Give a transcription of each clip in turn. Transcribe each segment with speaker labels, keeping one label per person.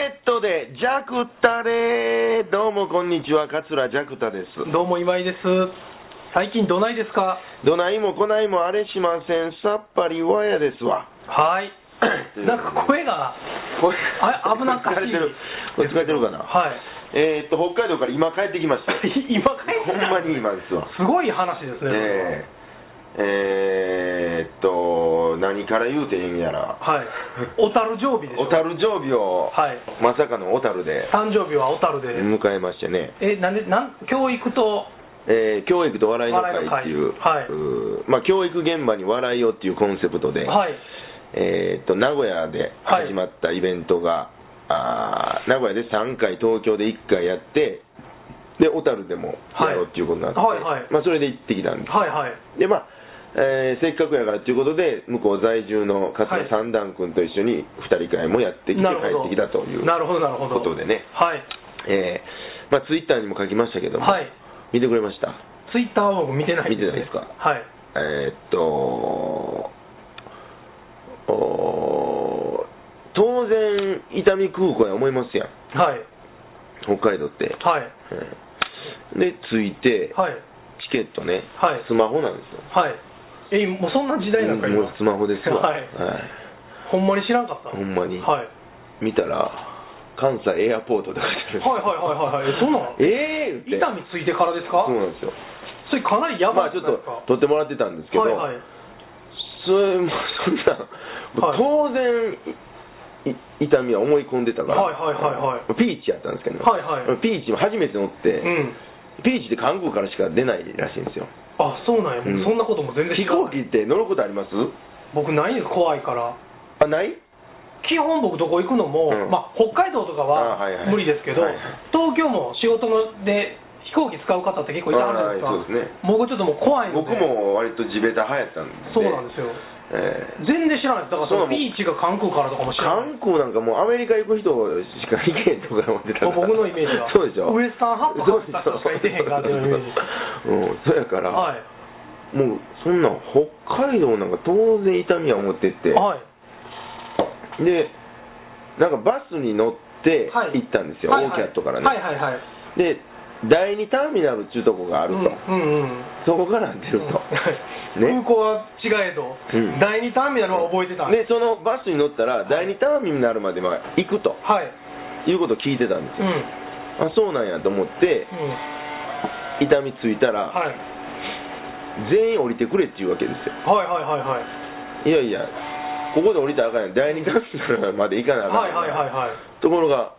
Speaker 1: えー、ジャクタレーどうもこんにちは、桂ジャクタです。
Speaker 2: どうも今井です。最近どないですか
Speaker 1: どないもこないもあれしません、さっぱりわやですわ。
Speaker 2: はい。 なんか声が、
Speaker 1: これ
Speaker 2: あ危なっかしい
Speaker 1: 疲れてる。これ疲れてるかな。
Speaker 2: は
Speaker 1: えーっと、北海道から今帰ってきました。
Speaker 2: い。 今帰って
Speaker 1: ほんまに今ですわ。
Speaker 2: すごい話ですね。
Speaker 1: えー、えーっと、何から言うてええんやら。
Speaker 2: はい。小樽常備です。
Speaker 1: 小樽常備を、
Speaker 2: はい
Speaker 1: まさかの小樽で
Speaker 2: 誕生日は小樽で。
Speaker 1: 迎えましてね。
Speaker 2: え、なんで、なん、教育と、
Speaker 1: えー教育と笑いの会っていう、
Speaker 2: 笑いの会はいう
Speaker 1: ーまあ、教育現場に笑いをっていうコンセプトで、
Speaker 2: はい。
Speaker 1: えーっと名古屋で始まったイベントが、あー名古屋で3回、東京で1回やって、で小樽でもやろうっていうことになって、
Speaker 2: はいはいはい
Speaker 1: まあ、それで行ってきたんで
Speaker 2: はいはい。
Speaker 1: す、でまあえーせっかくやからということで、向こう在住の桂三段君と一緒に2人会もやってきて、
Speaker 2: なるほ
Speaker 1: 帰ってきたという
Speaker 2: なるほど、なるほど。
Speaker 1: ことでね
Speaker 2: はい。
Speaker 1: えーまあ、ツイッターにも書きましたけども、
Speaker 2: はい。
Speaker 1: 見てくれました
Speaker 2: ツイッターは僕見てない
Speaker 1: 見てないですか
Speaker 2: はい。
Speaker 1: えーっとおー当然伊丹空港や思いますやん
Speaker 2: はい。
Speaker 1: 北海道って、
Speaker 2: はい。
Speaker 1: うんで着いて、
Speaker 2: はい。
Speaker 1: チケットね、
Speaker 2: はい
Speaker 1: スマホなんですよ
Speaker 2: はい。え、もうそんな時代なんか
Speaker 1: もう
Speaker 2: 今。
Speaker 1: スマホですわ、
Speaker 2: はい。ほんまに知らんかった。
Speaker 1: ほんまに
Speaker 2: はい。
Speaker 1: 見たら関西エアポートで書いてある
Speaker 2: はいはいはいはいはいえそうなの
Speaker 1: ええー、言
Speaker 2: 痛
Speaker 1: って
Speaker 2: みついてからですか
Speaker 1: そうなんですよ
Speaker 2: それかなりや
Speaker 1: まあ
Speaker 2: ばい
Speaker 1: ち
Speaker 2: じ
Speaker 1: ょっ
Speaker 2: ゃないですか、
Speaker 1: と撮ってもらってたんですけど、
Speaker 2: はいはい
Speaker 1: それもそんな、もう当然い痛みは思い込んでたから、
Speaker 2: はいはいはいはい
Speaker 1: ピーチやったんですけど、
Speaker 2: はいはい
Speaker 1: ピーチも初めて乗って、
Speaker 2: うん
Speaker 1: ピーチって韓国からしか出ないらしいんですよ、
Speaker 2: あそうなんや、も
Speaker 1: う
Speaker 2: う
Speaker 1: ん
Speaker 2: そんなことも全然
Speaker 1: 飛行機って乗ることあります
Speaker 2: 僕ないんです怖いから
Speaker 1: あない
Speaker 2: 基本僕どこ行くのも、
Speaker 1: うん
Speaker 2: まあ、北海道とか
Speaker 1: あ
Speaker 2: は
Speaker 1: はいはい
Speaker 2: 無理ですけど、
Speaker 1: はい
Speaker 2: 東京も仕事ので飛行機使う方って結構いたはるじゃないですか僕ちょっともう怖いの
Speaker 1: 僕
Speaker 2: で
Speaker 1: も割と地べた派やったんで
Speaker 2: そうなんですよ
Speaker 1: ええ
Speaker 2: 全然知らないですだから
Speaker 1: そうなの
Speaker 2: そのビーチが関空からとかも知らない
Speaker 1: 韓国なんかもうアメリカ行く人しか行けへんとか思ってたから
Speaker 2: 僕のイメージは
Speaker 1: そうでしょ
Speaker 2: ウエスタンハット
Speaker 1: そうで
Speaker 2: ハットしか行けへんからっていうイメージ
Speaker 1: うんそうやから、
Speaker 2: はい
Speaker 1: もうそんなん北海道なんか当然痛みは持ってって、
Speaker 2: はい
Speaker 1: でなんかバスに乗って
Speaker 2: はい
Speaker 1: 行ったんですよ、
Speaker 2: はい
Speaker 1: オーキャットからね、
Speaker 2: はいはいはい
Speaker 1: で第2ターミナルっちゅうとこがあると、
Speaker 2: うんうんうん
Speaker 1: そこから出ると、
Speaker 2: 空港は違え
Speaker 1: う
Speaker 2: ど、
Speaker 1: ん
Speaker 2: 第2ターミナルは覚えてたん
Speaker 1: で
Speaker 2: で、
Speaker 1: そのバスに乗ったら第2ターミナルまでまあ行くと
Speaker 2: はい、
Speaker 1: いうことを聞いてたんです
Speaker 2: う
Speaker 1: よ、あ
Speaker 2: ん、
Speaker 1: そうなんやと思って
Speaker 2: うん、
Speaker 1: 痛みついたら、
Speaker 2: はい、
Speaker 1: 全員降りてくれっていうわけですよ
Speaker 2: はいはいはいはい、
Speaker 1: いやいや、ここで降りたらあかんやん、第2ターミナルまで行かなあかん
Speaker 2: はいはいはいはい、
Speaker 1: ところが、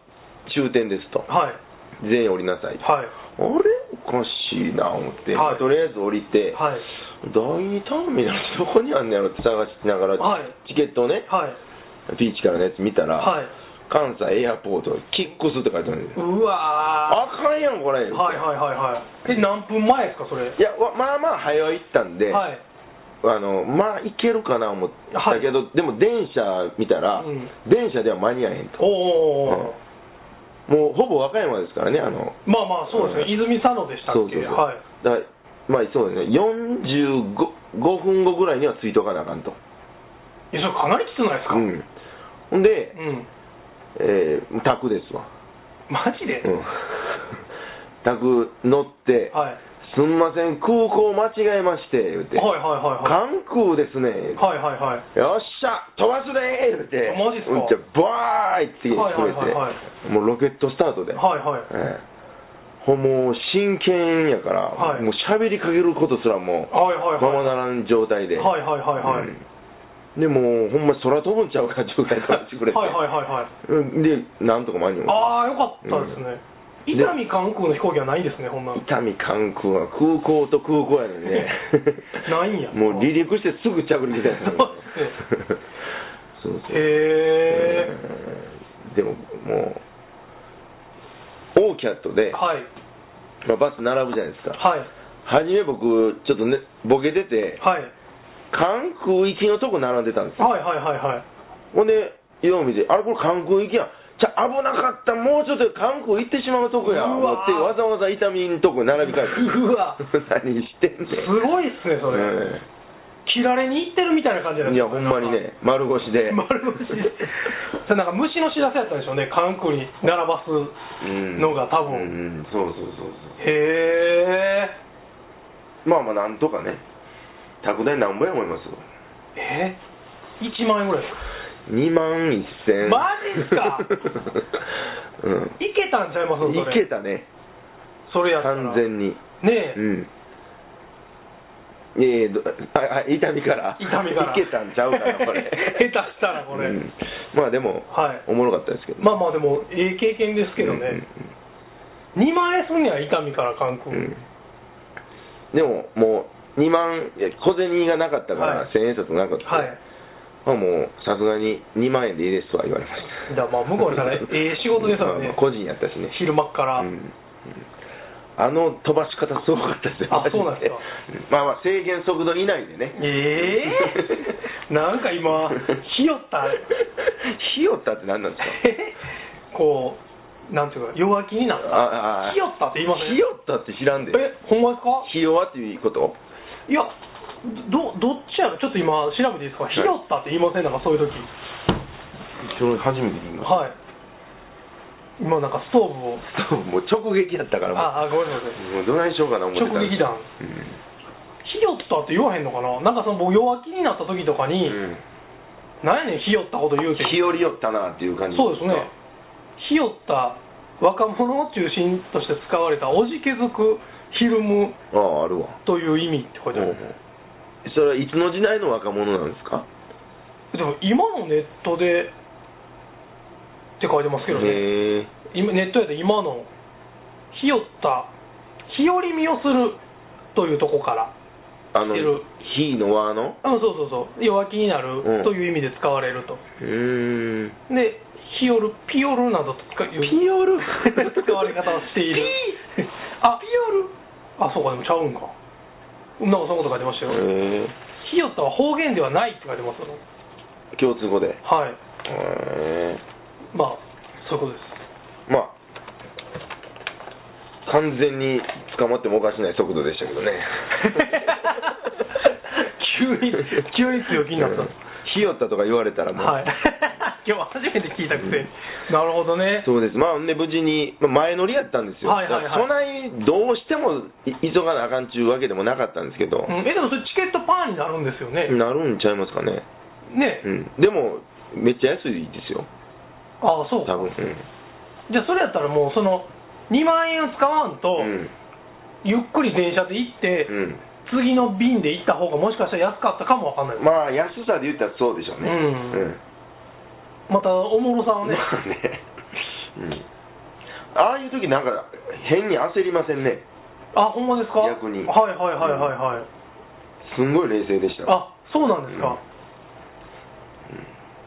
Speaker 1: 終点ですと、
Speaker 2: はい、
Speaker 1: 全員降りなさい、あ
Speaker 2: はい、
Speaker 1: れ、おかしいな思って、
Speaker 2: はい
Speaker 1: とりあえず降りて、
Speaker 2: はい、
Speaker 1: 第2ターミナル、どこにあんのやろって 探しながら、
Speaker 2: はい
Speaker 1: チケットをね、
Speaker 2: はい、
Speaker 1: ピーチからのやつ見たら、
Speaker 2: はい、
Speaker 1: 関西エアポート、キックスって書いてあるんですよ、
Speaker 2: うわ
Speaker 1: あかんやん、これ、
Speaker 2: ー、はいはいはいはい、え、何分前ですか、それ、
Speaker 1: いや、わまあまあ、早いったんで、
Speaker 2: はい、
Speaker 1: あのまあ、行けるかな思ったけど、でも電車見たら、
Speaker 2: うん
Speaker 1: 電車では間に合えへんと。
Speaker 2: おーおーおー、
Speaker 1: もうほぼ和歌山ですからね、あの
Speaker 2: まあまあ、そうですね、泉佐野でしたっけ、
Speaker 1: そうそうそう、
Speaker 2: はい、
Speaker 1: だからまあそうですね、45 5分後ぐらいにはついとかなあかんと、
Speaker 2: え、それかなりきつないですか、
Speaker 1: う
Speaker 2: うん、
Speaker 1: ん、ほんで、えー、タクですわ、
Speaker 2: マジで、
Speaker 1: うん、 タク乗って、
Speaker 2: はい、
Speaker 1: すんません、空港間違えまして、言うて、
Speaker 2: はいはいは
Speaker 1: 関空ですね、
Speaker 2: い、はいはいはい。
Speaker 1: よっしゃ、飛ばすでー言うて、
Speaker 2: マジっすか
Speaker 1: うんじゃバーイって言ってくれて、
Speaker 2: はいはいはいは
Speaker 1: もうロケットスタートで。
Speaker 2: はいはい
Speaker 1: ええほんもう真剣やから、
Speaker 2: はい
Speaker 1: もう喋りかけることすらもう、
Speaker 2: はいはいはい
Speaker 1: ままならん状態で、
Speaker 2: はいはいはいはい
Speaker 1: うんでもうほんま空飛ぶんちゃうか状態になってくれて、
Speaker 2: はいはいはいはい
Speaker 1: うんでなんとか間に合
Speaker 2: ああよかったですね、
Speaker 1: うん
Speaker 2: 伊丹関空の飛行機はないんですねほんな
Speaker 1: う
Speaker 2: ら
Speaker 1: 伊丹関空は空港と空港やのにね
Speaker 2: ないんや
Speaker 1: もう離陸してすぐ着陸みたい な そうそう
Speaker 2: へえ
Speaker 1: うんでももうオーキャットで、
Speaker 2: はい
Speaker 1: まあバス並ぶじゃないですか
Speaker 2: はい
Speaker 1: はじめ僕、ちょっとね、ボケてて、
Speaker 2: はい
Speaker 1: 関空行きのとこ並んでたんですよ。
Speaker 2: はいはいはいはい
Speaker 1: ほんで、よう見て、あれこれ関空行きやん。じゃ危なかった、もうちょっとで関空行ってしまうとこや。
Speaker 2: う
Speaker 1: 思
Speaker 2: わ
Speaker 1: って、わざわざ痛みんとこ並び替えて。
Speaker 2: うわ
Speaker 1: 何してんねん。
Speaker 2: すごいっすねそれ、
Speaker 1: ええ
Speaker 2: 切られに行ってるみたいな感じなん
Speaker 1: い
Speaker 2: です
Speaker 1: やほんまにね丸腰で
Speaker 2: 丸腰でそれなんか虫の知らせやったんでしょうね関空に並ばす
Speaker 1: うん
Speaker 2: のが多
Speaker 1: う
Speaker 2: 分、
Speaker 1: んうんそうそうそうそ
Speaker 2: へえ
Speaker 1: うまあまあなんとかね拓大なんぼや思いますよ
Speaker 2: え1万円ぐらい
Speaker 1: 2万1000
Speaker 2: マジっすか
Speaker 1: うん
Speaker 2: いけたんちゃいますそれ
Speaker 1: いけたね
Speaker 2: それやったら
Speaker 1: 完
Speaker 2: ね
Speaker 1: 全に
Speaker 2: え、
Speaker 1: うんいやいやどああ痛みから
Speaker 2: 痛みか
Speaker 1: い
Speaker 2: ら
Speaker 1: けたんちゃうかなこれ
Speaker 2: 下手したらこれ
Speaker 1: うんまあでも、
Speaker 2: はい
Speaker 1: おもろかったですけど
Speaker 2: まあまあでもええ経験ですけどね、2万円するには痛みから関
Speaker 1: う
Speaker 2: 空、
Speaker 1: んうんうんでももう2万いや小銭がなかったから、
Speaker 2: はい
Speaker 1: 千円札なかったから、
Speaker 2: はい
Speaker 1: まあ、もうさすがに2万円でいいですとは言われました
Speaker 2: だからまあ向こうにした らええ仕事ですよね
Speaker 1: まあまあ個人やったしね
Speaker 2: 昼間っから、
Speaker 1: うんうんあの飛ばし方すごかったですよ
Speaker 2: あそうなんですか
Speaker 1: マジでまあまあ制限速度以内でね
Speaker 2: ええなんか今ひよった
Speaker 1: ひよったって何なんですか
Speaker 2: こうなんていうか弱気になった
Speaker 1: あああ
Speaker 2: ひよったって言いません
Speaker 1: ひよったって知らんで
Speaker 2: えほんまですか
Speaker 1: ひよわっていうこと
Speaker 2: いやどどっちやろちょっと今調べていいですか
Speaker 1: い
Speaker 2: ひよったって言いませんなんかそういう時
Speaker 1: それ初めて聞きまし
Speaker 2: はい今なんかストーブを
Speaker 1: たもう直撃やったからも
Speaker 2: ああごめんなさいう
Speaker 1: もうどないしようかな思ってたんです
Speaker 2: 直撃弾ひよったって言わへんのかななんかその僕弱気になった時とか
Speaker 1: う
Speaker 2: に、
Speaker 1: ん、うん
Speaker 2: なんやねんひよったこと言うて
Speaker 1: 日和よったなっていう感じ
Speaker 2: そうですねひよった若者を中心として使われたおじけづくひるむ
Speaker 1: あああるわ
Speaker 2: という意味って書いてある、
Speaker 1: それはいつの時代の若者なんですか
Speaker 2: でも今のネットでって書いてますけどね
Speaker 1: へえ
Speaker 2: 今ネットやで今のひよった日和見をするというとこから
Speaker 1: あの
Speaker 2: いる
Speaker 1: 「ひ」の「わ」の
Speaker 2: あそうそうそう弱気に
Speaker 1: う
Speaker 2: な
Speaker 1: ん
Speaker 2: るという意味で使われると、
Speaker 1: うーん
Speaker 2: でひよるピヨルなどと使う
Speaker 1: ピヨル
Speaker 2: 使われ方をしているあピヨルあそうかでもちゃうんかなんかそんなこと書いてましたよ、
Speaker 1: へ
Speaker 2: ひよったは方言ではないって書いてますよ
Speaker 1: え共通語でへ
Speaker 2: はい
Speaker 1: え
Speaker 2: まあそういうことです
Speaker 1: まあ完全に捕まってもおかしない速度でしたけどね
Speaker 2: 急に急に強気に なった
Speaker 1: うんひよったとか言われたらもう、
Speaker 2: はい 今日初めて聞いたくせに、なるほどね
Speaker 1: そうですまあで無事にまあ前乗りやったんですよ、
Speaker 2: はいはいはい
Speaker 1: だからそないどうしてもい急がなあかんちゅうわけでもなかったんですけど、
Speaker 2: うんえでもそれチケットパーになるんですよね、
Speaker 1: なるんちゃいますかね、
Speaker 2: ね、
Speaker 1: うん、でもめっちゃ安いですよ
Speaker 2: ああそう
Speaker 1: 多
Speaker 2: か
Speaker 1: 分
Speaker 2: じゃあそれやったらもうその2万円を使わんと、
Speaker 1: うん、うん
Speaker 2: ゆっくり電車で行って、
Speaker 1: うん
Speaker 2: 次の便で行った方がもしかしたら安かったかもわかんない、ま
Speaker 1: まあ安さで言ったらそうでしょうね
Speaker 2: うん
Speaker 1: うん
Speaker 2: たおもろさは ね、
Speaker 1: まあね、うん、ああいう時なんか変に焦りませんね
Speaker 2: あほんまですか
Speaker 1: 逆に
Speaker 2: はいはいはいはいはい、
Speaker 1: すんごい冷静でした
Speaker 2: あそうなんですか、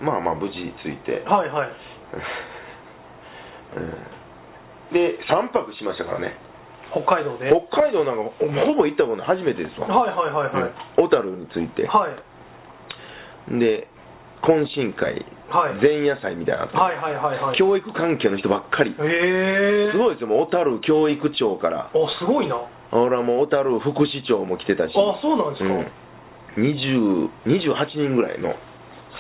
Speaker 1: まあまあ無事着いて、
Speaker 2: はいはい
Speaker 1: うんで3泊しましたからね
Speaker 2: 北海道で
Speaker 1: 北海道なんかほほぼ行ったこと初めてですわ
Speaker 2: はいはいはいはい、
Speaker 1: うん小樽に着いて
Speaker 2: はい
Speaker 1: で懇親会、
Speaker 2: はい
Speaker 1: 前夜祭みたいなのあった、
Speaker 2: はいはいはいはい
Speaker 1: 教育関係の人ばっかり
Speaker 2: へえ
Speaker 1: すごいですよもう小樽教育長から
Speaker 2: あすごいなあ
Speaker 1: 俺はもう小樽副市長も来てたし
Speaker 2: そうなんですか、
Speaker 1: うん、20 28人ぐらいの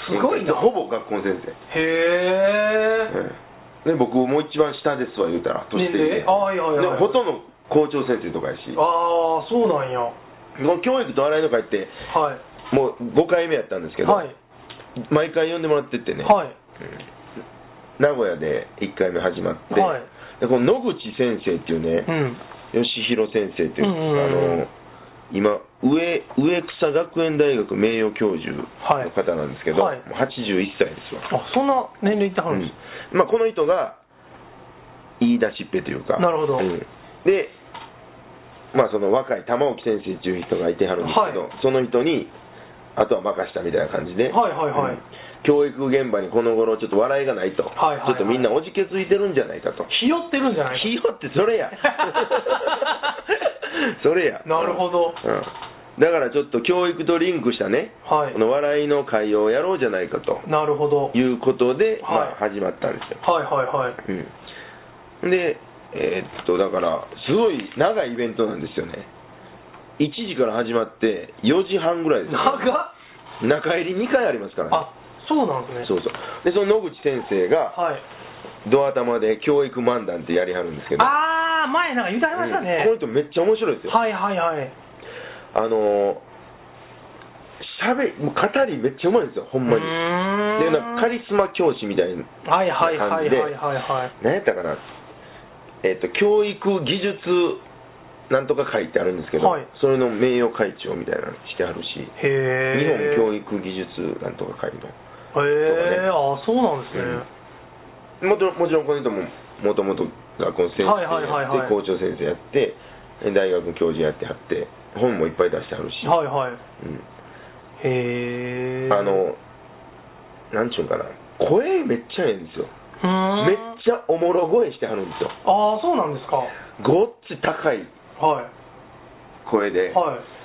Speaker 2: すごいな
Speaker 1: ほぼ学校の先生、
Speaker 2: へえ、
Speaker 1: うんで僕もう一番下ですわ言うたら年
Speaker 2: 年齢あはいはいはい
Speaker 1: でもほとんど校長先生とかやしこ
Speaker 2: ああそうなんやは
Speaker 1: の教育と笑いの会って
Speaker 2: い
Speaker 1: もう5回目やったんですけど、
Speaker 2: はい、
Speaker 1: 毎回呼んでもらってってね、
Speaker 2: はい
Speaker 1: うん名古屋で1回目始まって、
Speaker 2: はい
Speaker 1: でこの野口先生っていうね、
Speaker 2: うん
Speaker 1: 吉弘先生っていう、
Speaker 2: うんうんうん
Speaker 1: あの今上上草学園大学名誉教授
Speaker 2: はい
Speaker 1: の方なんですけど、
Speaker 2: はい
Speaker 1: もう81歳ですわ、
Speaker 2: あそんな年齢いってはるんです、
Speaker 1: うんまあ、この人が言い出しっぺというか
Speaker 2: なるほど
Speaker 1: うんで、まあ、その若い玉置先生っていう人がいてはるんですけど、
Speaker 2: はい
Speaker 1: その人にあとは任したみたいな感じで、
Speaker 2: はいはいはい
Speaker 1: うん教育現場にこの頃ちょっと笑いがないと、
Speaker 2: はいはいはい
Speaker 1: ちょっとみんなおじけづいてるんじゃないかと
Speaker 2: ひよってるんじゃ ない
Speaker 1: ひよってそれや それや
Speaker 2: なるほ
Speaker 1: う
Speaker 2: ど
Speaker 1: んだからちょっと教育とリンクしたね、
Speaker 2: はい
Speaker 1: この笑いの会をやろうじゃないかと
Speaker 2: なるほどはい
Speaker 1: いうことで、
Speaker 2: はい
Speaker 1: まあ、始まったんですよ
Speaker 2: はいはい
Speaker 1: うん、で、えーっとだから、すごい長いイベントなんですよね、 1時から始まって4時半ぐらいですよ
Speaker 2: 長っ
Speaker 1: 中入り2回ありますからね
Speaker 2: あそうなんですね
Speaker 1: そうそうでその野口先生が
Speaker 2: はい
Speaker 1: ドア玉で教育漫談ってやりはるんですけど
Speaker 2: ああ前なんか言うてありましたね
Speaker 1: うん、この人めっちゃ面白いですよ、
Speaker 2: はいはいはい
Speaker 1: あのしゃべもう語りめっちゃうまいんですよほんまに
Speaker 2: う
Speaker 1: で
Speaker 2: ーん
Speaker 1: なんかカリスマ教師みたいな
Speaker 2: はいはいは
Speaker 1: 感じ
Speaker 2: い
Speaker 1: で
Speaker 2: はいはいはい
Speaker 1: 何やったかなえっ、と教育技術なんとか会ってあるんですけど、
Speaker 2: はい
Speaker 1: それの名誉会長みたいなのしてあるし
Speaker 2: へ
Speaker 1: 日
Speaker 2: え
Speaker 1: 本教育技術なんとか会の
Speaker 2: へえ、あそうなんですね、
Speaker 1: もちろんもちろんこの人ももともと学校の先生やって、
Speaker 2: はいはいはいはい
Speaker 1: 校長先生やって大学の教授やってはって本もいっぱい出してはるし、
Speaker 2: はいはい
Speaker 1: うん
Speaker 2: へえ
Speaker 1: あのなんちゅうんかな声めっちゃええんですよ
Speaker 2: ふーん
Speaker 1: めっちゃおもろ声してはるんですよ
Speaker 2: ああそうなんですか
Speaker 1: ごっち高い
Speaker 2: は
Speaker 1: 声
Speaker 2: い
Speaker 1: で、
Speaker 2: はい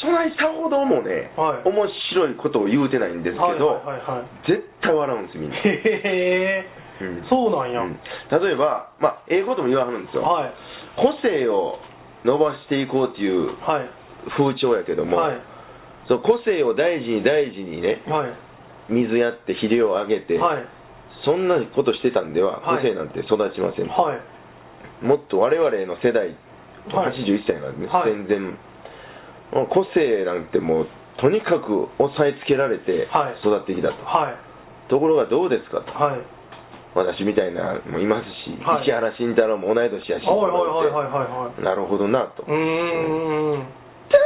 Speaker 1: そないさほどもね、
Speaker 2: はい
Speaker 1: 面白いことを言うてないんですけど、
Speaker 2: はいはいはいはい
Speaker 1: 絶対笑うんですみんな、
Speaker 2: へ
Speaker 1: う
Speaker 2: え、
Speaker 1: ん
Speaker 2: そうなんや、
Speaker 1: うん例えば、まあ、ええことも言わはるんですよ、
Speaker 2: はい
Speaker 1: 個性を伸ばしていこうっていう
Speaker 2: はい
Speaker 1: 風潮やけども、
Speaker 2: はい
Speaker 1: その個性を大事に大事にね
Speaker 2: はい
Speaker 1: 水やって肥料をあげて、
Speaker 2: はい
Speaker 1: そんなことしてたんでは
Speaker 2: はい
Speaker 1: 個性なんて育ちません、
Speaker 2: はい
Speaker 1: もっと我々の世代、
Speaker 2: はい
Speaker 1: 81歳なんで、ね
Speaker 2: はい
Speaker 1: 全然もう個性なんてもうとにかく押さえつけられて
Speaker 2: はい
Speaker 1: 育ってきたと、
Speaker 2: はい
Speaker 1: ところがどうですかと、
Speaker 2: はい
Speaker 1: 私みたいなのもいますし、
Speaker 2: はい
Speaker 1: 石原慎太郎も同い年やし、
Speaker 2: はいはいはいはいはい
Speaker 1: なるほどなと、
Speaker 2: うーんは
Speaker 1: って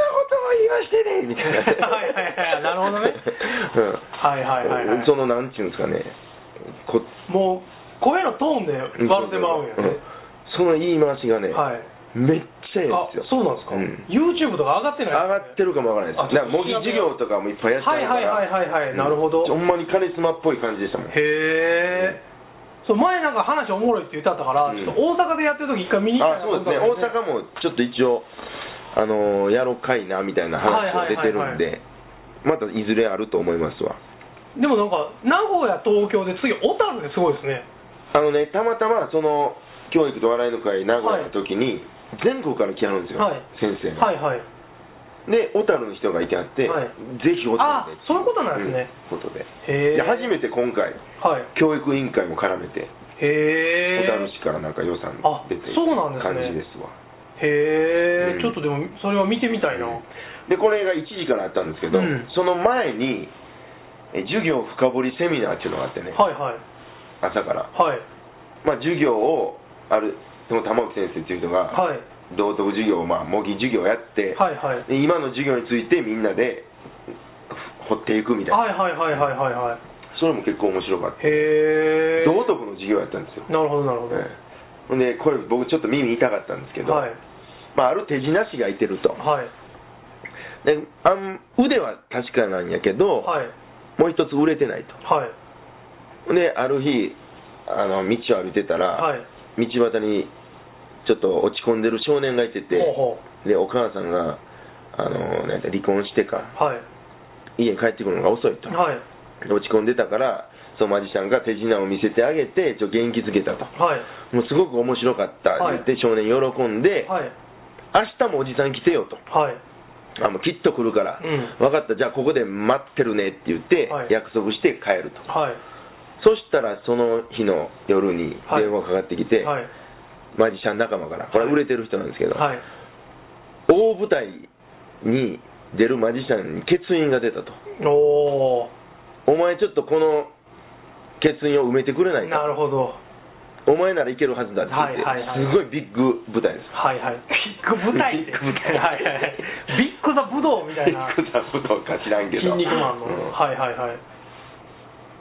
Speaker 1: なことを言いましてねみたいな。
Speaker 2: はいはいはいなるほどね
Speaker 1: うん
Speaker 2: いはいはいはい
Speaker 1: そのなんていうんですかね、こ
Speaker 2: もう声のトーンで笑ってまうんやね、
Speaker 1: んその言い回しがね、
Speaker 2: はい
Speaker 1: めっちゃいいん
Speaker 2: あ
Speaker 1: ですよ。
Speaker 2: そうなんですか、
Speaker 1: うん
Speaker 2: YouTube とか上がってない
Speaker 1: 上がってるかもわからないです。
Speaker 2: あ
Speaker 1: なんか模擬授業とかもいっぱいやってるから。
Speaker 2: はいはいはいはいはい
Speaker 1: うん
Speaker 2: なるほど
Speaker 1: ほんまにカリスマっぽい感じでしたもん。あ
Speaker 2: へえ、そう前なんか話おもろいって言ってあったから、
Speaker 1: うん
Speaker 2: ちょっと大阪でやってる時一回見に行った
Speaker 1: そうですね。大阪もちょっと一応、あのーやろかいなみたいな話が出てるんで、またいずれあると思いますわ。
Speaker 2: 阪でもなんか名古屋東京で次小樽ですごいですね
Speaker 1: あのね、たまたまその教育と笑いの会名古屋の時に、全国から来はるんですよ、
Speaker 2: はい
Speaker 1: 先生が、
Speaker 2: はいはい
Speaker 1: で小樽の人がいてあって、
Speaker 2: はい
Speaker 1: ぜひ小樽で
Speaker 2: あそういうことなんですね、
Speaker 1: うんことで
Speaker 2: へえ
Speaker 1: で初めて今回
Speaker 2: はい
Speaker 1: 教育委員会も絡めて小
Speaker 2: へえ
Speaker 1: 樽市からなんか予算
Speaker 2: あ
Speaker 1: 出てる
Speaker 2: そうなんですね
Speaker 1: 感じですわう
Speaker 2: へえ、
Speaker 1: ん
Speaker 2: ちょっとでもそれは見てみたいな、
Speaker 1: でこれが1時からあったんですけど、
Speaker 2: うん
Speaker 1: その前にえ授業深掘りセミナーっていうのがあってね、
Speaker 2: はいはい
Speaker 1: 朝から、
Speaker 2: はい
Speaker 1: まあ、授業をあるその玉置先生っていう人が、
Speaker 2: はい
Speaker 1: 道徳授業、まあ、模擬授業をやって、
Speaker 2: はいはい
Speaker 1: で今の授業についてみんなで掘っていくみたいな、
Speaker 2: はいはいはいはいはいはい
Speaker 1: それも結構面白かった、
Speaker 2: へえ
Speaker 1: 道徳の授業やったんですよ、
Speaker 2: なるほどなるほど、
Speaker 1: ええほんでこれ僕ちょっと耳痛かったんですけど、
Speaker 2: はい
Speaker 1: まあ、ある手品師がいてると、
Speaker 2: はい
Speaker 1: であん腕は確かなんやけど、
Speaker 2: はい
Speaker 1: もう一つ売れてないと
Speaker 2: はい
Speaker 1: ほんである日あの道を歩いてたら、
Speaker 2: はい
Speaker 1: 道端にちょっと落ち込んでる少年がいてて、
Speaker 2: ほうほ
Speaker 1: でお母さんがあのなんか離婚してから
Speaker 2: はい
Speaker 1: 家に帰ってくるのが遅いと、
Speaker 2: はい
Speaker 1: 落ち込んでたからそのマジシャンが手品を見せてあげてちょっと元気づけたと
Speaker 2: はい
Speaker 1: もうすごく面白かった、
Speaker 2: は
Speaker 1: 言っ
Speaker 2: い
Speaker 1: て少年喜んで、
Speaker 2: はい
Speaker 1: 明日もおじさん来てよと
Speaker 2: はい
Speaker 1: あもうきっと来るから、
Speaker 2: うん
Speaker 1: 分かったじゃあここで待ってるねって言って、
Speaker 2: はい
Speaker 1: 約束して帰ると
Speaker 2: はい
Speaker 1: そしたらその日の夜に
Speaker 2: はい
Speaker 1: 電話かかってきて、
Speaker 2: はい
Speaker 1: マジシャン仲間からこれは売れてる人なんですけど、
Speaker 2: はい
Speaker 1: 大舞台に出るマジシャンに欠員が出たと
Speaker 2: お
Speaker 1: お前ちょっとこの欠員を埋めてくれない
Speaker 2: ー
Speaker 1: か
Speaker 2: なるほど
Speaker 1: お前ならいけるはずだって言って、
Speaker 2: はいはいはい
Speaker 1: すごいビッグ舞台です。
Speaker 2: はいはいビッグ舞台
Speaker 1: ビッグ舞台
Speaker 2: はいはいはいビッグザ武道みたい な
Speaker 1: ビッグなことか知らんけ
Speaker 2: 筋
Speaker 1: ど。
Speaker 2: 肉マンの、
Speaker 1: うん
Speaker 2: はいはいはい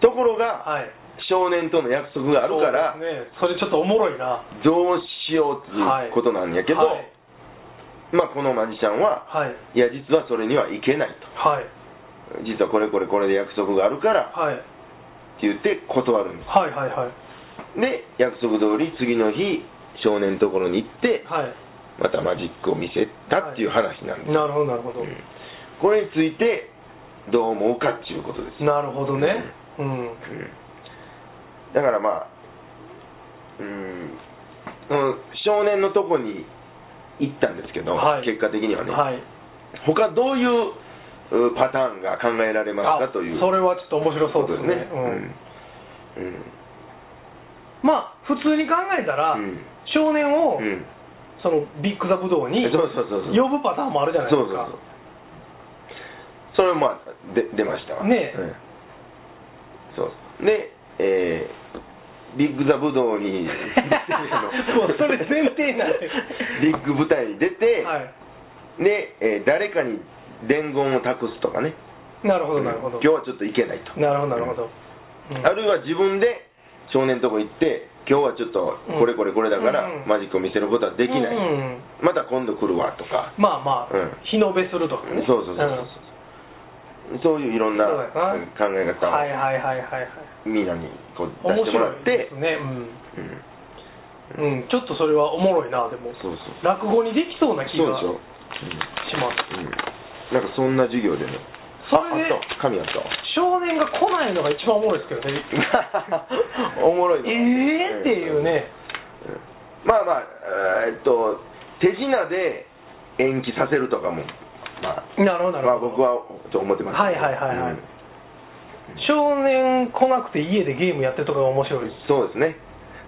Speaker 1: ところが、
Speaker 2: はい
Speaker 1: 少年との約束があるから
Speaker 2: そう、ですねそれちょっとおもろいな
Speaker 1: どうしようっていうことなんやけど、
Speaker 2: はい
Speaker 1: まあこのマジシャンは、
Speaker 2: はい
Speaker 1: いや実はそれにはいけない
Speaker 2: はい
Speaker 1: と。実はこれこれこれで約束があるから
Speaker 2: は
Speaker 1: っ
Speaker 2: い
Speaker 1: て言って断るんで
Speaker 2: はいはいはい
Speaker 1: す。で、約束通り次の日、少年のところに行って、
Speaker 2: はい
Speaker 1: またマジックを見せたっていう話なんです。
Speaker 2: なるほどなるほど、
Speaker 1: うんこれについてどう思うかっていうことです。
Speaker 2: なるほどねう
Speaker 1: う
Speaker 2: ん、
Speaker 1: んだからまあ、うん、その少年のとこに行ったんですけど、
Speaker 2: はい
Speaker 1: 結果的にはね、
Speaker 2: はい
Speaker 1: 他どういううパターンが考えられますかという
Speaker 2: それはちょっと面白そう
Speaker 1: こと
Speaker 2: で
Speaker 1: ですす
Speaker 2: ね
Speaker 1: ね。うんうん
Speaker 2: まあ普通に考えたら、
Speaker 1: うん
Speaker 2: 少年を、
Speaker 1: うん
Speaker 2: そのビッグザブドウに
Speaker 1: そうそうそうそう
Speaker 2: 呼ぶパターンもあるじゃないで
Speaker 1: そうそ
Speaker 2: す
Speaker 1: う
Speaker 2: か
Speaker 1: そうそれもまあで出ましたわ
Speaker 2: ねえ
Speaker 1: うんそうで、えービッグザブドウに
Speaker 2: もうそれ前提なんで
Speaker 1: ビッグ舞台に出て、
Speaker 2: はい
Speaker 1: で、えー誰かに伝言を託すとかね
Speaker 2: なるほどなるほど、
Speaker 1: うん今日はちょっと行けないと
Speaker 2: なるほどなるほど、うん
Speaker 1: あるいは自分で少年のとこ行って今日はちょっとこれこれこれだから
Speaker 2: うんうん
Speaker 1: マジックを見せることはできない、
Speaker 2: うんうん
Speaker 1: また今度来るわとか、
Speaker 2: まあま
Speaker 1: う
Speaker 2: あ、
Speaker 1: ん
Speaker 2: 日のべするとかね
Speaker 1: そうそうそうそう、そういういろんな
Speaker 2: そうだよな
Speaker 1: うん考え
Speaker 2: ん
Speaker 1: 方
Speaker 2: はい
Speaker 1: を
Speaker 2: はいはいはいはい
Speaker 1: みんなにこう出
Speaker 2: 面
Speaker 1: してもら
Speaker 2: 白
Speaker 1: っ
Speaker 2: い
Speaker 1: て
Speaker 2: です、ね
Speaker 1: うん
Speaker 2: うん、うん、ちょっとそれはおもろいなでも
Speaker 1: そうそう
Speaker 2: 落語にできそうな気
Speaker 1: そうで
Speaker 2: が
Speaker 1: しょ、
Speaker 2: しま
Speaker 1: う
Speaker 2: す
Speaker 1: んうん、なんかそんな授業でね
Speaker 2: それで
Speaker 1: ああった 神あったわ
Speaker 2: 少年が来ないのが一番おもろいですけどね
Speaker 1: おもろいな
Speaker 2: ええー、っていうね、
Speaker 1: うんまあまあえーっと手品で延期させるとかもまあ
Speaker 2: なるほどなる
Speaker 1: まあ、
Speaker 2: ほど、
Speaker 1: 僕はと思ってます
Speaker 2: はいはいはいはい
Speaker 1: うん
Speaker 2: 少年来なくて家でゲームやってるとかが面白 いです
Speaker 1: そうですね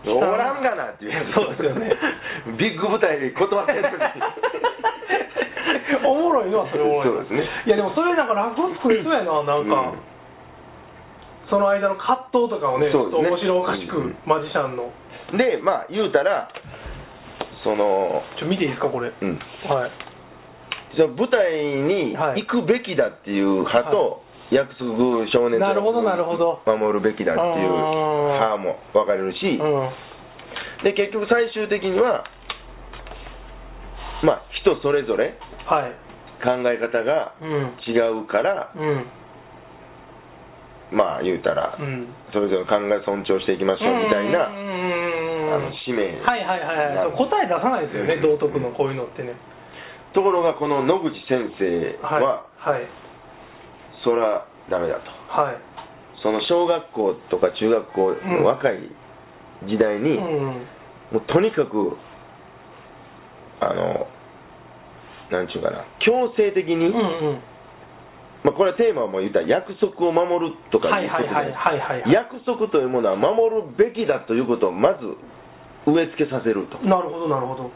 Speaker 2: 汚い
Speaker 1: おらんがなっていうやつ
Speaker 2: そうですよね
Speaker 1: ビッグ舞台で断ってる のに
Speaker 2: おもろいのはそれおもろい
Speaker 1: そうですね
Speaker 2: いやでもそれなんか落語作りそうやななんか、
Speaker 1: うん
Speaker 2: その間の葛藤とかをね
Speaker 1: そうですね
Speaker 2: 面白おかしく、
Speaker 1: うんうん
Speaker 2: マジシャンの
Speaker 1: でまあ言うたらその
Speaker 2: ちょ見ていいですかこれ、
Speaker 1: うん
Speaker 2: はい
Speaker 1: その舞台に
Speaker 2: はい
Speaker 1: 行くべきだっていう派と、約束少年と
Speaker 2: なるほどなるほど
Speaker 1: 守るべきだっていう派も分かれるし、
Speaker 2: うん
Speaker 1: で結局最終的にはまあ人それぞれ
Speaker 2: はい
Speaker 1: 考え方が
Speaker 2: うん
Speaker 1: 違うから、
Speaker 2: うん
Speaker 1: まあ言うたら、
Speaker 2: うん
Speaker 1: それぞれの考え尊重していきましょうみたいな、
Speaker 2: うんうんうんうん
Speaker 1: あの使命
Speaker 2: はいはいはいはいそう答え出さないですよね、
Speaker 1: うん
Speaker 2: 道徳のこういうのってね
Speaker 1: ところがこの野口先生
Speaker 2: はい
Speaker 1: は、
Speaker 2: はい
Speaker 1: そりゃダメだと
Speaker 2: はい
Speaker 1: その小学校とか中学校の若い時代
Speaker 2: う
Speaker 1: に、
Speaker 2: ん
Speaker 1: もうとにかくあのなんちゅうかな強制的に、
Speaker 2: うんうん
Speaker 1: まあ、これはテーマはもう言ったら約束を守るとかいうことで
Speaker 2: はいはいはいはいはい
Speaker 1: 約束というものは守るべきだということをまず植え付けさせると
Speaker 2: なるほどなるほど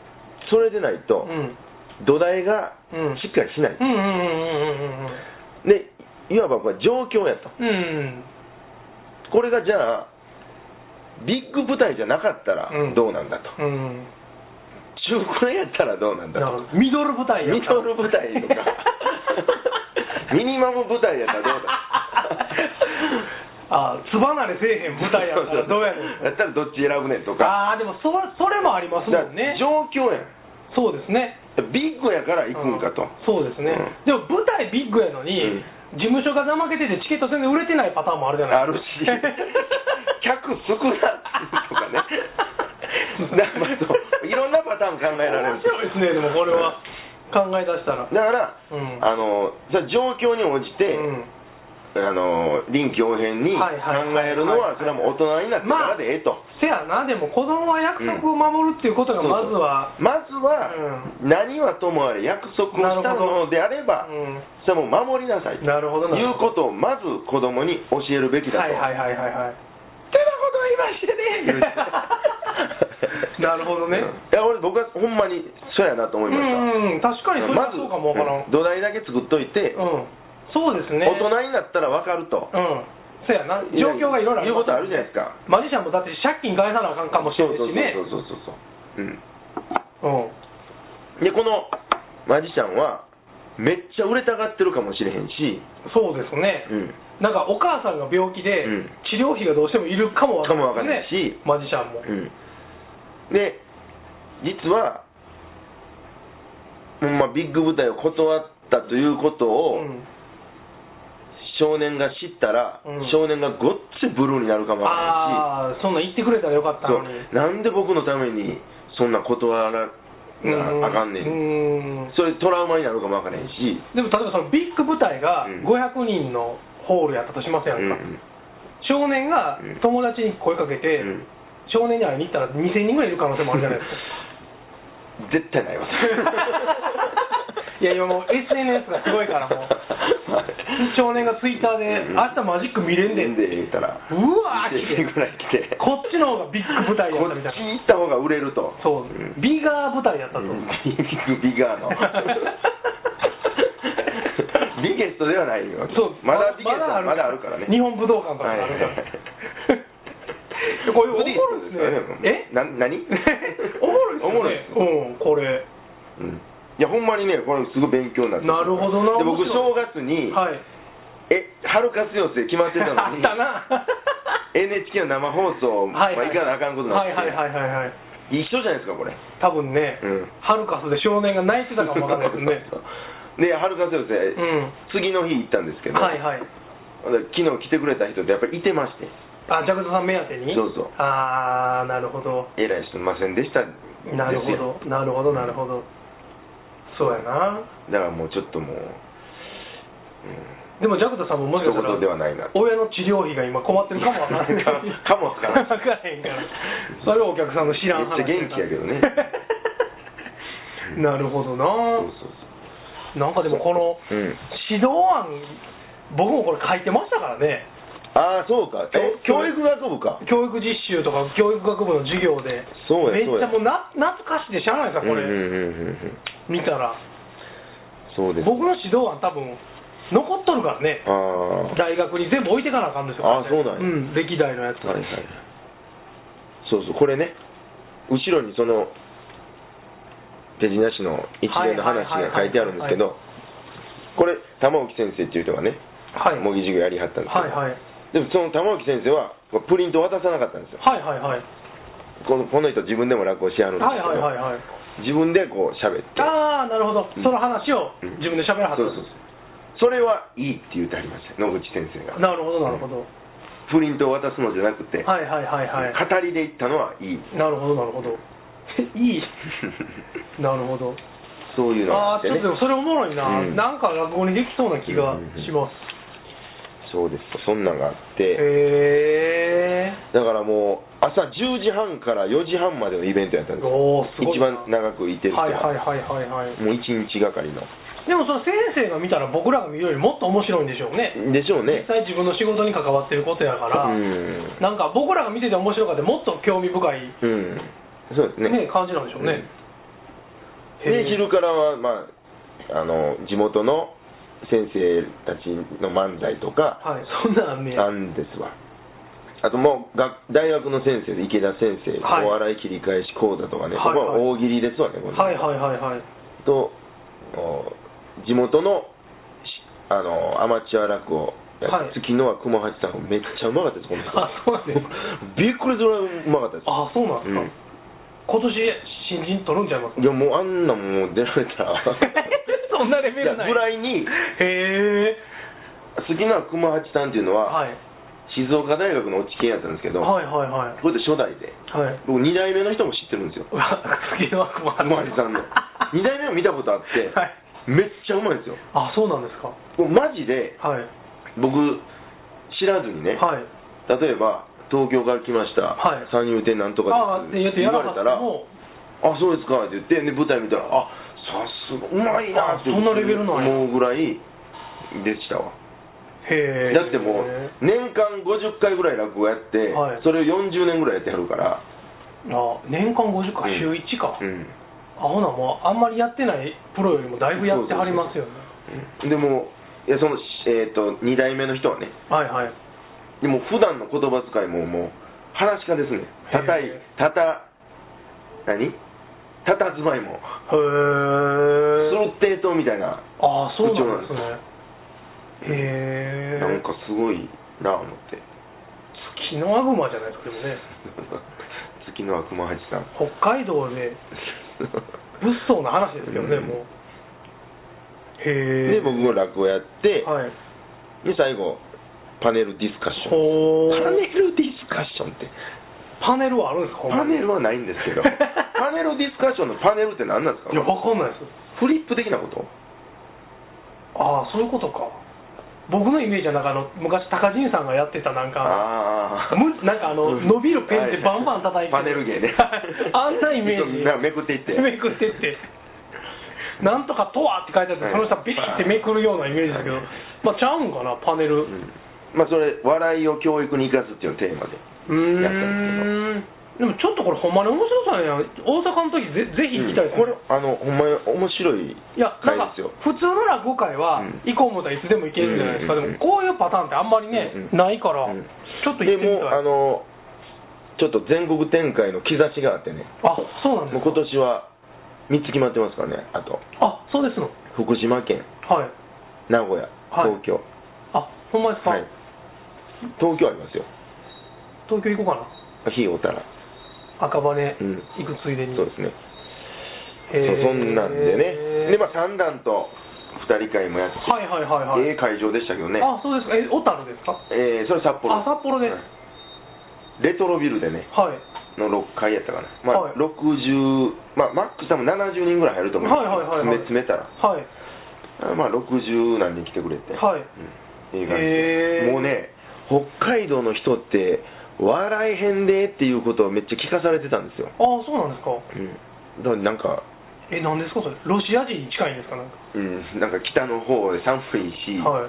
Speaker 1: それでないと
Speaker 2: う、ん
Speaker 1: 土台が
Speaker 2: うん
Speaker 1: しっかりしない、
Speaker 2: うんうん
Speaker 1: でいわばこれ状況やと
Speaker 2: うんうんうんうん
Speaker 1: これがじゃあビッグ舞台じゃなかったら
Speaker 2: うん
Speaker 1: どうなんだと、
Speaker 2: うんうん
Speaker 1: 中古屋やったらどうなんだ
Speaker 2: な
Speaker 1: と
Speaker 2: るほどミドル舞台や
Speaker 1: ミドル舞台 とかミニマム舞台やったらどうだ
Speaker 2: あつばなれせえへん舞台やったらどうや
Speaker 1: そうそう や
Speaker 2: ねん
Speaker 1: ったらどっち選ぶねんとか
Speaker 2: ああでもそそれもありますもん
Speaker 1: だか
Speaker 2: ね
Speaker 1: ら状況やん
Speaker 2: そうですね
Speaker 1: ビッグやから行くんかと、
Speaker 2: うんそうですね、
Speaker 1: うん
Speaker 2: でも舞台ビッグやのに、
Speaker 1: うん
Speaker 2: 事務所がざまけててチケット全然売れてないパターンもあるじゃな
Speaker 1: あ
Speaker 2: い
Speaker 1: るし客少なとかね だからまあそういろんなパターン考えられる
Speaker 2: 面白いですねでもこれは考え出した
Speaker 1: だか
Speaker 2: ら
Speaker 1: ら、
Speaker 2: うん
Speaker 1: あのそれは状況に応じて、
Speaker 2: うん
Speaker 1: あの臨機応変に考
Speaker 2: はいはいはい
Speaker 1: えるのはそれはもう大人になってからでええと、
Speaker 2: せやなでも子供は約束を守るっていうことがまずは、
Speaker 1: まずは、何はともあれ約束をしたのであれば、
Speaker 2: うん
Speaker 1: それはもう守りなさいと
Speaker 2: なるほどなる
Speaker 1: いう
Speaker 2: ほど
Speaker 1: ことをまず子供に教えるべきだと、
Speaker 2: はいはいはいはいはいってなことを今して ねなるほどね、
Speaker 1: うんいや俺僕はほんまにそうやなと思いました、
Speaker 2: うんうん確かにそれはそうかもわからん
Speaker 1: まず土台だけ作っといて、
Speaker 2: うん、そうですね
Speaker 1: 大人になったら分かると、
Speaker 2: うんそうやな状況がいろいろあり
Speaker 1: いう
Speaker 2: ま
Speaker 1: こ
Speaker 2: す
Speaker 1: とあるじゃないですか
Speaker 2: マジシャンもだって借金返さなあかんかもしれないしね
Speaker 1: そうそうそうそうそう、うん、
Speaker 2: うん
Speaker 1: でこのマジシャンはめっちゃ売れたがってるかもしれへんし、
Speaker 2: そうですね、
Speaker 1: うん
Speaker 2: なんかお母さんが病気で、
Speaker 1: うん
Speaker 2: 治療費がどうしてもいるかもわ
Speaker 1: かもわかんないし
Speaker 2: マジシャンも、
Speaker 1: うん、で実はほんまビッグ舞台を断ったということを、
Speaker 2: うん
Speaker 1: 少年が知ったら、
Speaker 2: うん
Speaker 1: 少年がごっついブルーになるかもわか
Speaker 2: ああそんなん言ってくれたらよかった
Speaker 1: んな
Speaker 2: の
Speaker 1: い
Speaker 2: に
Speaker 1: しそうなんで僕のためにそんな断らなあかんねん、
Speaker 2: うんうん
Speaker 1: それトラウマになるかもわからへんし、
Speaker 2: でも例えばそのビッグ舞台が
Speaker 1: うん
Speaker 2: 500人のホールやったとしますやんか、
Speaker 1: うん
Speaker 2: 少年が友達に声かけ
Speaker 1: う
Speaker 2: て、
Speaker 1: ん
Speaker 2: 少年に会いに行ったら2000人ぐらいいる可能性もあるじゃないですか
Speaker 1: 絶対ないわ
Speaker 2: いや、今もう SNS がすごいか ら、もう、少年がツイッター
Speaker 1: う
Speaker 2: で、
Speaker 1: ん
Speaker 2: 明日マジック見れ んでん
Speaker 1: で言ったら
Speaker 2: うわー
Speaker 1: 来て ぐらい来て
Speaker 2: こっちの方がビッグ舞台や
Speaker 1: こ
Speaker 2: ったみ
Speaker 1: ったち
Speaker 2: いな。
Speaker 1: 行った方が売れると
Speaker 2: そう、
Speaker 1: ん
Speaker 2: ビガー舞台やったと。
Speaker 1: ビッグビガーの ビゲストではないよ
Speaker 2: そう
Speaker 1: まだビゲストはまだあるからね
Speaker 2: 日本武道館とか
Speaker 1: はい
Speaker 2: も
Speaker 1: は
Speaker 2: あ
Speaker 1: い
Speaker 2: る
Speaker 1: は
Speaker 2: か
Speaker 1: い
Speaker 2: ら。これ、おもろいっすね。え
Speaker 1: な何
Speaker 2: おもろいっすね。
Speaker 1: おもろいっす
Speaker 2: うん、これ。
Speaker 1: うんいやほんまにねこれすごい勉強になって
Speaker 2: なるほど
Speaker 1: で
Speaker 2: な
Speaker 1: 僕
Speaker 2: 面白
Speaker 1: 正月に、
Speaker 2: はい。
Speaker 1: え春活用って決まってた
Speaker 2: あ
Speaker 1: の
Speaker 2: っ
Speaker 1: に
Speaker 2: たな。
Speaker 1: NHK の生放送、
Speaker 2: はいは い
Speaker 1: まあ、行かなあかんことになっ
Speaker 2: は
Speaker 1: て、
Speaker 2: いはいはいはいはい。
Speaker 1: 一緒じゃないですかこれ
Speaker 2: 多分ね
Speaker 1: うん、
Speaker 2: ハルカスで少年が泣いてたかもわかんないです ね。
Speaker 1: で春活用って、
Speaker 2: うん。
Speaker 1: 次の日行ったんですけど、
Speaker 2: はいはい。
Speaker 1: ほんで昨日来てくれた人ってやっぱりいてまして
Speaker 2: あ、ジャクザさん目当てに
Speaker 1: そうそう
Speaker 2: あー、なるほど。
Speaker 1: えらいすいませんでした
Speaker 2: なるほ
Speaker 1: ですよ
Speaker 2: ど。なるほど、なるほど。そうやな。
Speaker 1: だからもうちょっともう、うん、
Speaker 2: でも、ジャクザさんももしかしたら
Speaker 1: 一言ではないな
Speaker 2: 親の治療費が今困ってるかもわからない。
Speaker 1: かもわからん
Speaker 2: わからへんから。それはお客さんの知らん話
Speaker 1: めっちゃ元気やけどね
Speaker 2: なるほどな。
Speaker 1: そうそう
Speaker 2: なんかでもこの
Speaker 1: そううん
Speaker 2: 指導案、僕もこれ書いてましたからね。
Speaker 1: ああそうかえ教育学部か
Speaker 2: 教育実習とか教育学部の授業で。
Speaker 1: そうや
Speaker 2: めっ
Speaker 1: そう
Speaker 2: ち
Speaker 1: や
Speaker 2: ゃもうな懐かしいでしゃあないですか、これ。
Speaker 1: うんうんうんうんうん
Speaker 2: 見たら。
Speaker 1: そうです
Speaker 2: 僕の指導案多分残っとるからね
Speaker 1: ああは
Speaker 2: 大学に全部置いてかなあかんですよ
Speaker 1: あそうなんや
Speaker 2: うん歴代のやつ
Speaker 1: いはいそうそうこれね後ろにその手品師の一連の話が書いてあるんですけどこれ玉置先生っていう人がね
Speaker 2: はい
Speaker 1: 模擬授業やりはったんですけど、
Speaker 2: はいはい
Speaker 1: でもその玉置先生はプリントを渡さなかったんですよ
Speaker 2: はいはいはい
Speaker 1: このこの人自分でも落語しはるんです
Speaker 2: はい
Speaker 1: けど、
Speaker 2: はいはいはい
Speaker 1: 自分でこう喋って
Speaker 2: ああなるほど、
Speaker 1: うん
Speaker 2: その話を
Speaker 1: うん
Speaker 2: 自分で喋らはっ
Speaker 1: そ
Speaker 2: た
Speaker 1: うそうそうそれはいいって言ってありましたよ野口先生が
Speaker 2: なるほどなるほど、
Speaker 1: プリントを渡すのじゃなくて、
Speaker 2: はいはいはいはい
Speaker 1: 語りで言ったのはいい
Speaker 2: なるほどなるほど いいなるほど
Speaker 1: そういうのが
Speaker 2: あ
Speaker 1: あ
Speaker 2: あ
Speaker 1: っ
Speaker 2: ち
Speaker 1: て
Speaker 2: ょっ
Speaker 1: ね
Speaker 2: とでもそれおもろいな、
Speaker 1: うん
Speaker 2: なんか落語にできそうな気がします、
Speaker 1: そうですそんなんがあって
Speaker 2: へえ
Speaker 1: だからもう朝10時半から4時半までのイベントやったんですよ
Speaker 2: おおすごい
Speaker 1: 一
Speaker 2: な
Speaker 1: 番長くいてる人
Speaker 2: はいはいはいはいはい
Speaker 1: もう1日がかりの
Speaker 2: でもその先生が見たら僕らが見るよりもっと面白いんでしょうね
Speaker 1: でしょうね
Speaker 2: 実際自分の仕事に関わってることやから、
Speaker 1: うん
Speaker 2: なんか僕らが見てて面白かったもっと興味深い、
Speaker 1: うんそうですね
Speaker 2: ね感じなんでしょうね、
Speaker 1: うん
Speaker 2: へ
Speaker 1: で
Speaker 2: え
Speaker 1: 昼からは、まあ、あの地元の先生たちの漫才とか
Speaker 2: はいそんなんあんねや
Speaker 1: あんですわあともう学大学の先生で池田先生、
Speaker 2: はい
Speaker 1: お笑い切り返し講座とかね、
Speaker 2: はいはい
Speaker 1: ここは大喜利ですわねこれ
Speaker 2: はいはいはいはい
Speaker 1: とお地元のしあのアマチュア落語や
Speaker 2: はい
Speaker 1: つ月のは熊八さんめっちゃうまかったですこの人
Speaker 2: あそうなんですか
Speaker 1: びっくりするぐらいうまかったです
Speaker 2: あそうなんですか、
Speaker 1: うん
Speaker 2: 今年新人取るんちゃいます
Speaker 1: いやもうあんなもんもう出られたら
Speaker 2: そんなレベルな
Speaker 1: い
Speaker 2: い
Speaker 1: やぐらいに
Speaker 2: へえ
Speaker 1: 好きな熊八さんっていうのは、
Speaker 2: はい
Speaker 1: 静岡大学の落研やったんですけど、
Speaker 2: はいはいはい
Speaker 1: これで初代で
Speaker 2: はい
Speaker 1: 僕2代目の人も知ってるんです よ
Speaker 2: うわ次の悪魔
Speaker 1: 熊八さんの2代目も見たことあって、
Speaker 2: はい
Speaker 1: めっちゃうまいんですよ
Speaker 2: あそうなんですか
Speaker 1: もうマジで
Speaker 2: はい
Speaker 1: 僕知らずにね、
Speaker 2: はい
Speaker 1: 例えば東京から来ました、
Speaker 2: はい
Speaker 1: 三遊亭なんと
Speaker 2: あ
Speaker 1: か
Speaker 2: あっ
Speaker 1: で
Speaker 2: て
Speaker 1: す
Speaker 2: 言ってやらはって
Speaker 1: ら「あ
Speaker 2: も
Speaker 1: そうですか」って言ってで舞台見たら「あさすがうまいな」って
Speaker 2: あそんなレベルなんや
Speaker 1: 思うぐらいでしたわ
Speaker 2: へえ
Speaker 1: だってもう年間50回ぐらい落語やって、
Speaker 2: はい
Speaker 1: それを40年ぐらいやってやるから、
Speaker 2: あ年間50回
Speaker 1: うん
Speaker 2: 週1か、
Speaker 1: うん
Speaker 2: あほなもうあんまりやってないプロよりもだいぶやってはりますよね
Speaker 1: うんでもいやその、えー、と2代目の人はね
Speaker 2: はいはい
Speaker 1: でも普段の言葉遣いももう話し家ですねたたい
Speaker 2: へ
Speaker 1: たた何たたずまいもス
Speaker 2: へえ
Speaker 1: ロッテーみたいな
Speaker 2: ああそうなんですねへえ
Speaker 1: なんかすごいなぁ思って
Speaker 2: 月のアグマじゃないですかでもね
Speaker 1: 月の悪魔八さん
Speaker 2: 北海道で物騒な話ですよね、
Speaker 1: うん
Speaker 2: もうへえ
Speaker 1: で僕も落語やって、
Speaker 2: はい
Speaker 1: で最後パネルディスカッション
Speaker 2: ほ
Speaker 1: パネ
Speaker 2: ー
Speaker 1: ルディスカッションって
Speaker 2: パネルはあるんですかほん
Speaker 1: パ
Speaker 2: まに
Speaker 1: ネルはないんですけ どパネルディスカッションのパネルって何なんですか
Speaker 2: いやわかんないです
Speaker 1: フリップ的なこと
Speaker 2: ああそういうことか僕のイメージはなんかあの昔高陣さんがやってたなんか
Speaker 1: ああ
Speaker 2: むなんかあの
Speaker 1: うん
Speaker 2: 伸びるペンでバンバン叩いて
Speaker 1: はいパネル芸ね
Speaker 2: あんなイメージ
Speaker 1: なんかめくっていって
Speaker 2: めくってってなんとかとはって書いてあって、
Speaker 1: はい
Speaker 2: その人はビリってめくるようなイメージだけど、まあ、ちゃうんかな、パネル。
Speaker 1: うんまあそれ笑いを教育に生かすっていうのをテーマで
Speaker 2: うーんでもちょっとこれほんまに面白そうやね大阪の時ぜぜひ行きたいです、
Speaker 1: これあのほんまに面白い
Speaker 2: いや
Speaker 1: 回
Speaker 2: なん
Speaker 1: で
Speaker 2: か
Speaker 1: すよ
Speaker 2: 普通の落語会は
Speaker 1: うん
Speaker 2: 行こう思ったらいつでも行けるじゃないですか、
Speaker 1: うんうんうん
Speaker 2: でもこういうパターンってあんまりね、
Speaker 1: うん
Speaker 2: ないから、
Speaker 1: うん
Speaker 2: ちょっと行
Speaker 1: で
Speaker 2: ってみ
Speaker 1: も
Speaker 2: た
Speaker 1: あ
Speaker 2: い
Speaker 1: のちょっと全国展開の兆しがあってね
Speaker 2: あそうなんで
Speaker 1: もう
Speaker 2: すか
Speaker 1: 今年は3つ決まってますからねあと
Speaker 2: あそうですの
Speaker 1: 福島県
Speaker 2: はい
Speaker 1: 名古屋
Speaker 2: はい
Speaker 1: 東京、
Speaker 2: あほんまですか、
Speaker 1: はい東京ありますよ
Speaker 2: 東京行こうか
Speaker 1: 非おたら
Speaker 2: な赤羽
Speaker 1: うん
Speaker 2: 行くついでに、
Speaker 1: そうですね
Speaker 2: へ
Speaker 1: そうそ
Speaker 2: ー
Speaker 1: んなんでねでまあ三段と二人会もやって
Speaker 2: はいはいはいはい、
Speaker 1: ええ会場でしたけどね
Speaker 2: あそうですかえ小樽ですか
Speaker 1: えーそれ札幌
Speaker 2: あ札幌です
Speaker 1: はいレトロビルでね
Speaker 2: はい
Speaker 1: の6階やったかな、まあ
Speaker 2: はい
Speaker 1: 60、まあ、マックス多分70人ぐらい入ると思う、
Speaker 2: はいはいはいはい
Speaker 1: 詰め詰めたら、
Speaker 2: はい
Speaker 1: あまあ、60何人来てくれて、
Speaker 2: はい
Speaker 1: うん、いい感じ
Speaker 2: へ
Speaker 1: で
Speaker 2: ー
Speaker 1: もうね、北海道の人って、笑いへんでっていうことをめっちゃ聞かされてたんですよ、
Speaker 2: ああそうなんですか
Speaker 1: うん、だからなんか、
Speaker 2: えなんですかそれロシア人に近いんですかなんか
Speaker 1: うん、なんか北の方で寒いし、
Speaker 2: は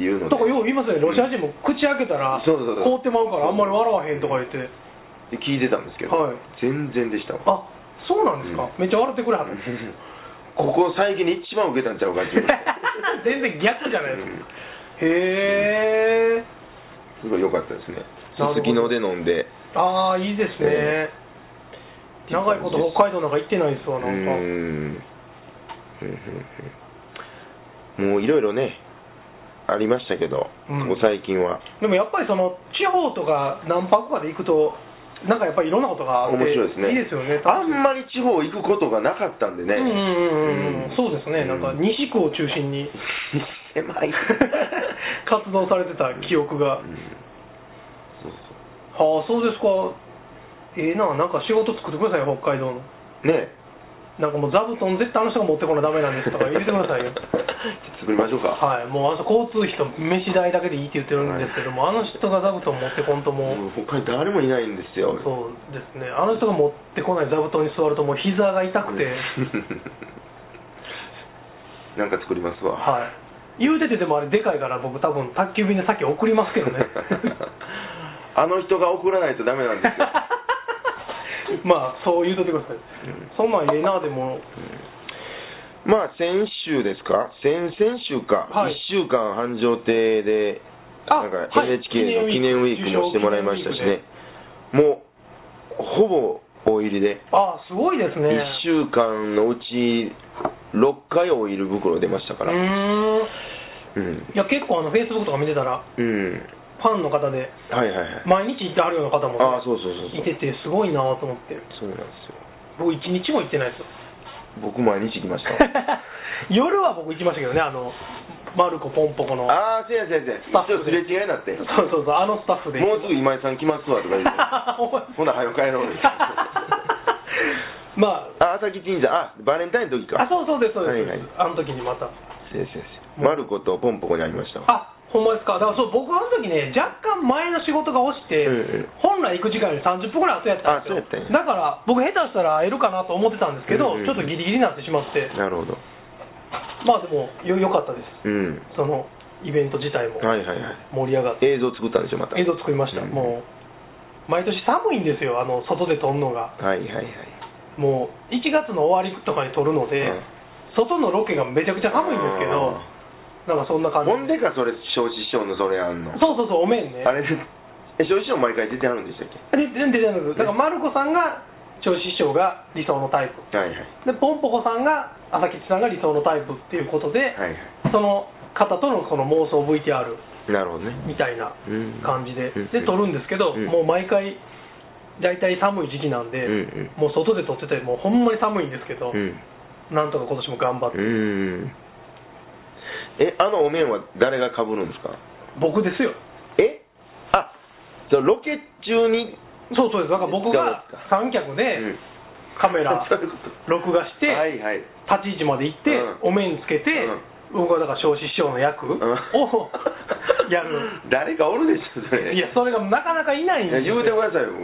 Speaker 1: っていうの
Speaker 2: と
Speaker 1: で
Speaker 2: かよう言いますよねロシア人も口開けたら
Speaker 1: そうそうそう
Speaker 2: 凍ってまうからあんまり笑わへんとか言って
Speaker 1: で聞いてたんですけど、
Speaker 2: はい
Speaker 1: 全然でしたわ。
Speaker 2: あそうなんですか、
Speaker 1: うん
Speaker 2: めっちゃ笑ってくれはる
Speaker 1: ここ最近で一番受けたんちゃうか自分
Speaker 2: 全然逆じゃないで
Speaker 1: う
Speaker 2: す
Speaker 1: ん
Speaker 2: か、へえ
Speaker 1: すごい良かったですね
Speaker 2: なるほど
Speaker 1: すすきので飲んで
Speaker 2: ああいいですね、長いこと北海道なんか行ってないですわ
Speaker 1: うー
Speaker 2: なんか
Speaker 1: んうんうんうんもういろいろねありましたけど、
Speaker 2: うん
Speaker 1: ここ最近は
Speaker 2: でもやっぱりその地方とか何泊かで行くとなんかやっぱりいろんなことがあって
Speaker 1: 面白いですね
Speaker 2: いいですよね
Speaker 1: あんまり地方行くことがなかったんでね、
Speaker 2: うんうんうんうん、そうですね、
Speaker 1: うん
Speaker 2: なん か西区を中 心に
Speaker 1: 狭い
Speaker 2: 活動されてた記憶
Speaker 1: う
Speaker 2: が、
Speaker 1: んそう
Speaker 2: はあそうですかええななんか仕事作ってくださいよ北海道の
Speaker 1: そうね
Speaker 2: なんかもう座布団絶対あの人が持ってこなダメなんですとか言ってくださいよ
Speaker 1: 作りましょうか
Speaker 2: はいもうあの人交通費と飯代だけでいいって言ってるんですけども、あの人が座布団持ってこんともう、
Speaker 1: もう他に誰もいないんですよ
Speaker 2: そうですねあの人が持ってこない座布団に座るともう膝が痛くて、
Speaker 1: なんか作りますわ
Speaker 2: はい言うててでもあれでかいから僕多分宅急便でさっき送りますけどね
Speaker 1: あの人が送らないとダメなんですよ、
Speaker 2: まあそう言うといてください、
Speaker 1: ん
Speaker 2: そんなんええなでも
Speaker 1: まあ先週ですか先々週か、
Speaker 2: はい
Speaker 1: 1週間繁盛亭で
Speaker 2: あ
Speaker 1: なんか
Speaker 2: はい
Speaker 1: NHK の記
Speaker 2: 記
Speaker 1: 念
Speaker 2: 念
Speaker 1: ウ
Speaker 2: ウ
Speaker 1: ィ
Speaker 2: ィ
Speaker 1: ーク
Speaker 2: ーク
Speaker 1: もしてもらいましたしねもうほぼ大入りで、
Speaker 2: あすごいですね
Speaker 1: 1週間のうち6回大入り袋出ましたか
Speaker 2: う
Speaker 1: ら
Speaker 2: ーん
Speaker 1: うん
Speaker 2: いや結構あのフェイスブックとか見てたら
Speaker 1: うん
Speaker 2: ファンの方で
Speaker 1: はいはいはい
Speaker 2: 毎日行ってはるような方もね、
Speaker 1: ああそうそうそうそう
Speaker 2: いててすごいなと思って
Speaker 1: そうなんですよ
Speaker 2: 僕一日も行ってない ですよ
Speaker 1: 僕毎日行きました
Speaker 2: 夜は僕行きましたけどねあのマルコポンポコの
Speaker 1: ああせやせやせや
Speaker 2: スタッ
Speaker 1: 一応
Speaker 2: フ
Speaker 1: す
Speaker 2: で
Speaker 1: れ違いになって
Speaker 2: そうそうそうあのスタッフで
Speaker 1: もうすぐ今井さん来ますわとか 言ってほな早く帰ろう
Speaker 2: ま
Speaker 1: あ朝木神社あバレンタインの時
Speaker 2: あ、
Speaker 1: か
Speaker 2: あそうそうです、そうです、
Speaker 1: はいはい
Speaker 2: あの時にまた、
Speaker 1: せやせやせやマルコとポンポコに会いましたわ
Speaker 2: あほんまですか、だからそう僕、あの時ね、若干前の仕事が落ちて、
Speaker 1: うんうん
Speaker 2: 本来行く時間より30分ぐらい後やったんです
Speaker 1: あそ
Speaker 2: よ、
Speaker 1: うやったんや
Speaker 2: だから僕、下手したら会えるかなと思ってたんですけど、
Speaker 1: うんうん
Speaker 2: ちょっとギリギリになってしまって、
Speaker 1: なるほど
Speaker 2: まあでも、よよかったです、
Speaker 1: うん
Speaker 2: そのイベント自体も
Speaker 1: はいはいはい
Speaker 2: 盛り上がって、
Speaker 1: 映像作ったんでしょまた
Speaker 2: 映像作りました、
Speaker 1: うん
Speaker 2: もう、毎年寒いんですよ、あの外で撮るのが。
Speaker 1: はいはいはい
Speaker 2: もう1月の終わりとかに撮るので、
Speaker 1: うん
Speaker 2: 外のロケがめちゃくちゃ寒いんですけど、なんかそんな感じ
Speaker 1: ほんでかそれ彰子師匠のそれあんの
Speaker 2: そうそうそう、お面ね。
Speaker 1: あれでえ彰子師匠毎回出てはるんでしたっけ
Speaker 2: で、でででだから、マルコさんが、長子師匠が理想のタイプ。
Speaker 1: はいはい
Speaker 2: で、ポンポコさんが、朝吉さんが理想のタイプっていうことで、
Speaker 1: はいは
Speaker 2: その方とのその妄想 VTR
Speaker 1: いなるほどね
Speaker 2: みたいな
Speaker 1: うん
Speaker 2: 感じで、
Speaker 1: うん
Speaker 2: で、撮るんですけど、
Speaker 1: うん
Speaker 2: もう毎回、大体寒い時期なんで、
Speaker 1: うん
Speaker 2: もう外で撮ってて、もうほんまに寒いんですけど、
Speaker 1: うん
Speaker 2: なんとか今年も頑張って
Speaker 1: う、ーんえあのお面は誰がかぶるんですか
Speaker 2: 僕ですよ。
Speaker 1: えあじゃあロケ中に
Speaker 2: そうそうです。だから僕が三脚
Speaker 1: うん
Speaker 2: でカメラ
Speaker 1: そういうこと
Speaker 2: 録画して、
Speaker 1: はいはい
Speaker 2: 立ち位置まで行って、
Speaker 1: う
Speaker 2: お面つけて、僕はだから彰子師匠の役を、
Speaker 1: うん
Speaker 2: やる
Speaker 1: 誰かおるでしょそれ
Speaker 2: いやそれがなかなかいないん
Speaker 1: いや
Speaker 2: です
Speaker 1: 言
Speaker 2: よ
Speaker 1: うてくださいよも